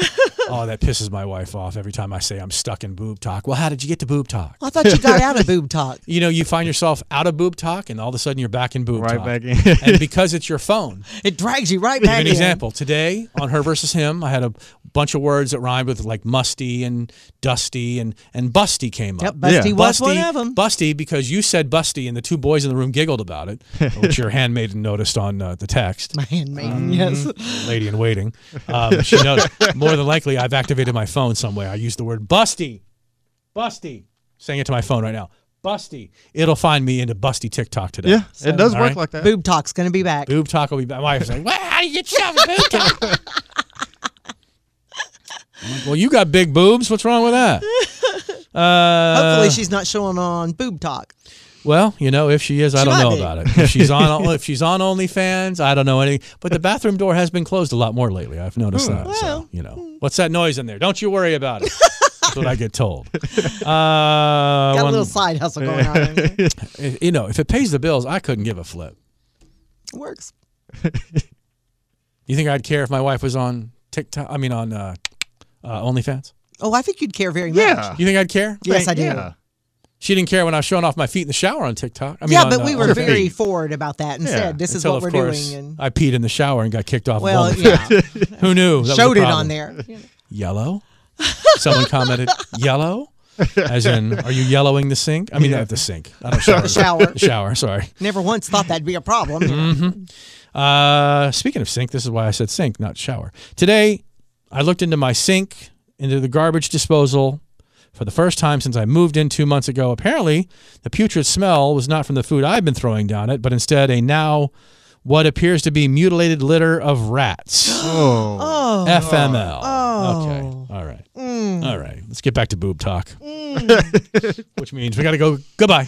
Speaker 6: Oh, that pisses my wife off every time I say I'm stuck in boob talk. Well, how did you get to boob talk?
Speaker 5: I thought you
Speaker 6: <laughs>
Speaker 5: got out of boob talk.
Speaker 6: You know, you find yourself out of boob talk, and all of a sudden you're back in boob
Speaker 7: Right
Speaker 6: talk.
Speaker 7: back in.
Speaker 6: and because it's your phone,
Speaker 5: It drags you right
Speaker 6: give
Speaker 5: back
Speaker 6: you an
Speaker 5: in.
Speaker 6: example. Today on her versus him, I had a bunch of words that rhymed with like musty and dusty and and busty came up.
Speaker 5: Yep, Busty
Speaker 7: Yeah.
Speaker 5: was one of them.
Speaker 6: Busty, because you said busty, and the two boys in the room giggled about it, which your handmaiden noticed on uh, the text,
Speaker 5: My handmaiden, yes.
Speaker 6: lady in waiting. Um, she noticed. More than likely, I've activated my phone somewhere. I used the word busty, busty, saying it to my phone right now. Busty. It'll find me into busty TikTok today.
Speaker 7: <laughs> yeah. It does
Speaker 6: All
Speaker 7: work
Speaker 6: right.
Speaker 7: like
Speaker 5: <laughs>
Speaker 7: that.
Speaker 5: Boob talk's going to be back.
Speaker 6: Boob talk will be back. My wife's like, well, how do you get yourself a boob talk? <laughs> I'm like, well, you got big boobs. What's wrong with that? Uh,
Speaker 5: Hopefully, she's not showing on boob talk.
Speaker 6: Well, you know, if she is, I
Speaker 5: She
Speaker 6: don't
Speaker 5: might
Speaker 6: know
Speaker 5: be.
Speaker 6: about it. If she's
Speaker 5: <laughs>
Speaker 6: on, if she's on OnlyFans, I don't know anything. But the bathroom door has been closed a lot more lately. I've noticed that.
Speaker 5: Hmm. well.
Speaker 6: so, you know, what's that noise in there? Don't you worry about
Speaker 5: <laughs>
Speaker 6: it. That's what I get told. Uh,
Speaker 5: Got a
Speaker 6: one-
Speaker 5: little side hustle
Speaker 6: <laughs>
Speaker 5: going on. in there. It
Speaker 6: if- you know, if it pays the bills, I couldn't give a flip.
Speaker 5: works.
Speaker 6: You think I'd care if my wife was on TikTok? I mean, on uh, uh, OnlyFans?
Speaker 5: Oh, I think you'd care very much.
Speaker 7: yeah.
Speaker 6: You think I'd care?
Speaker 5: Yes, I do.
Speaker 7: Yeah.
Speaker 6: She didn't care when I was showing off my feet in the shower on TikTok. I mean,
Speaker 5: yeah,
Speaker 6: on,
Speaker 5: but
Speaker 6: uh,
Speaker 5: we were
Speaker 6: on-
Speaker 7: feet.
Speaker 5: very forward about that and
Speaker 7: Yeah,
Speaker 5: said, this is
Speaker 6: until,
Speaker 5: what
Speaker 6: of
Speaker 5: we're
Speaker 6: course,
Speaker 5: doing. And
Speaker 6: I peed in the shower and got kicked off. of <laughs>
Speaker 5: Well,
Speaker 6: OnlyFans.
Speaker 5: yeah.
Speaker 6: Who knew? That was the
Speaker 5: Showed it
Speaker 6: problem.
Speaker 5: on there.
Speaker 6: Yellow. Someone commented yellow, as in, are you yellowing the sink? I mean, not the sink. I don't shower.
Speaker 5: The shower.
Speaker 6: The shower. Sorry.
Speaker 5: Never once thought that'd be
Speaker 6: <laughs>
Speaker 5: a problem.
Speaker 6: Uh, speaking of sink, this is why I said sink, not shower. Today, I looked into my sink, into the garbage disposal for the first time since I moved in two months ago. Apparently, the putrid smell was not from the food I've been throwing down it, but instead a now what appears to be mutilated litter of rats.
Speaker 7: Oh.
Speaker 6: FML.
Speaker 5: Oh.
Speaker 6: Okay. All right.
Speaker 5: Mm.
Speaker 6: All right. Let's get back to boob talk,
Speaker 5: Mm.
Speaker 6: <laughs> which means we got to go. Goodbye.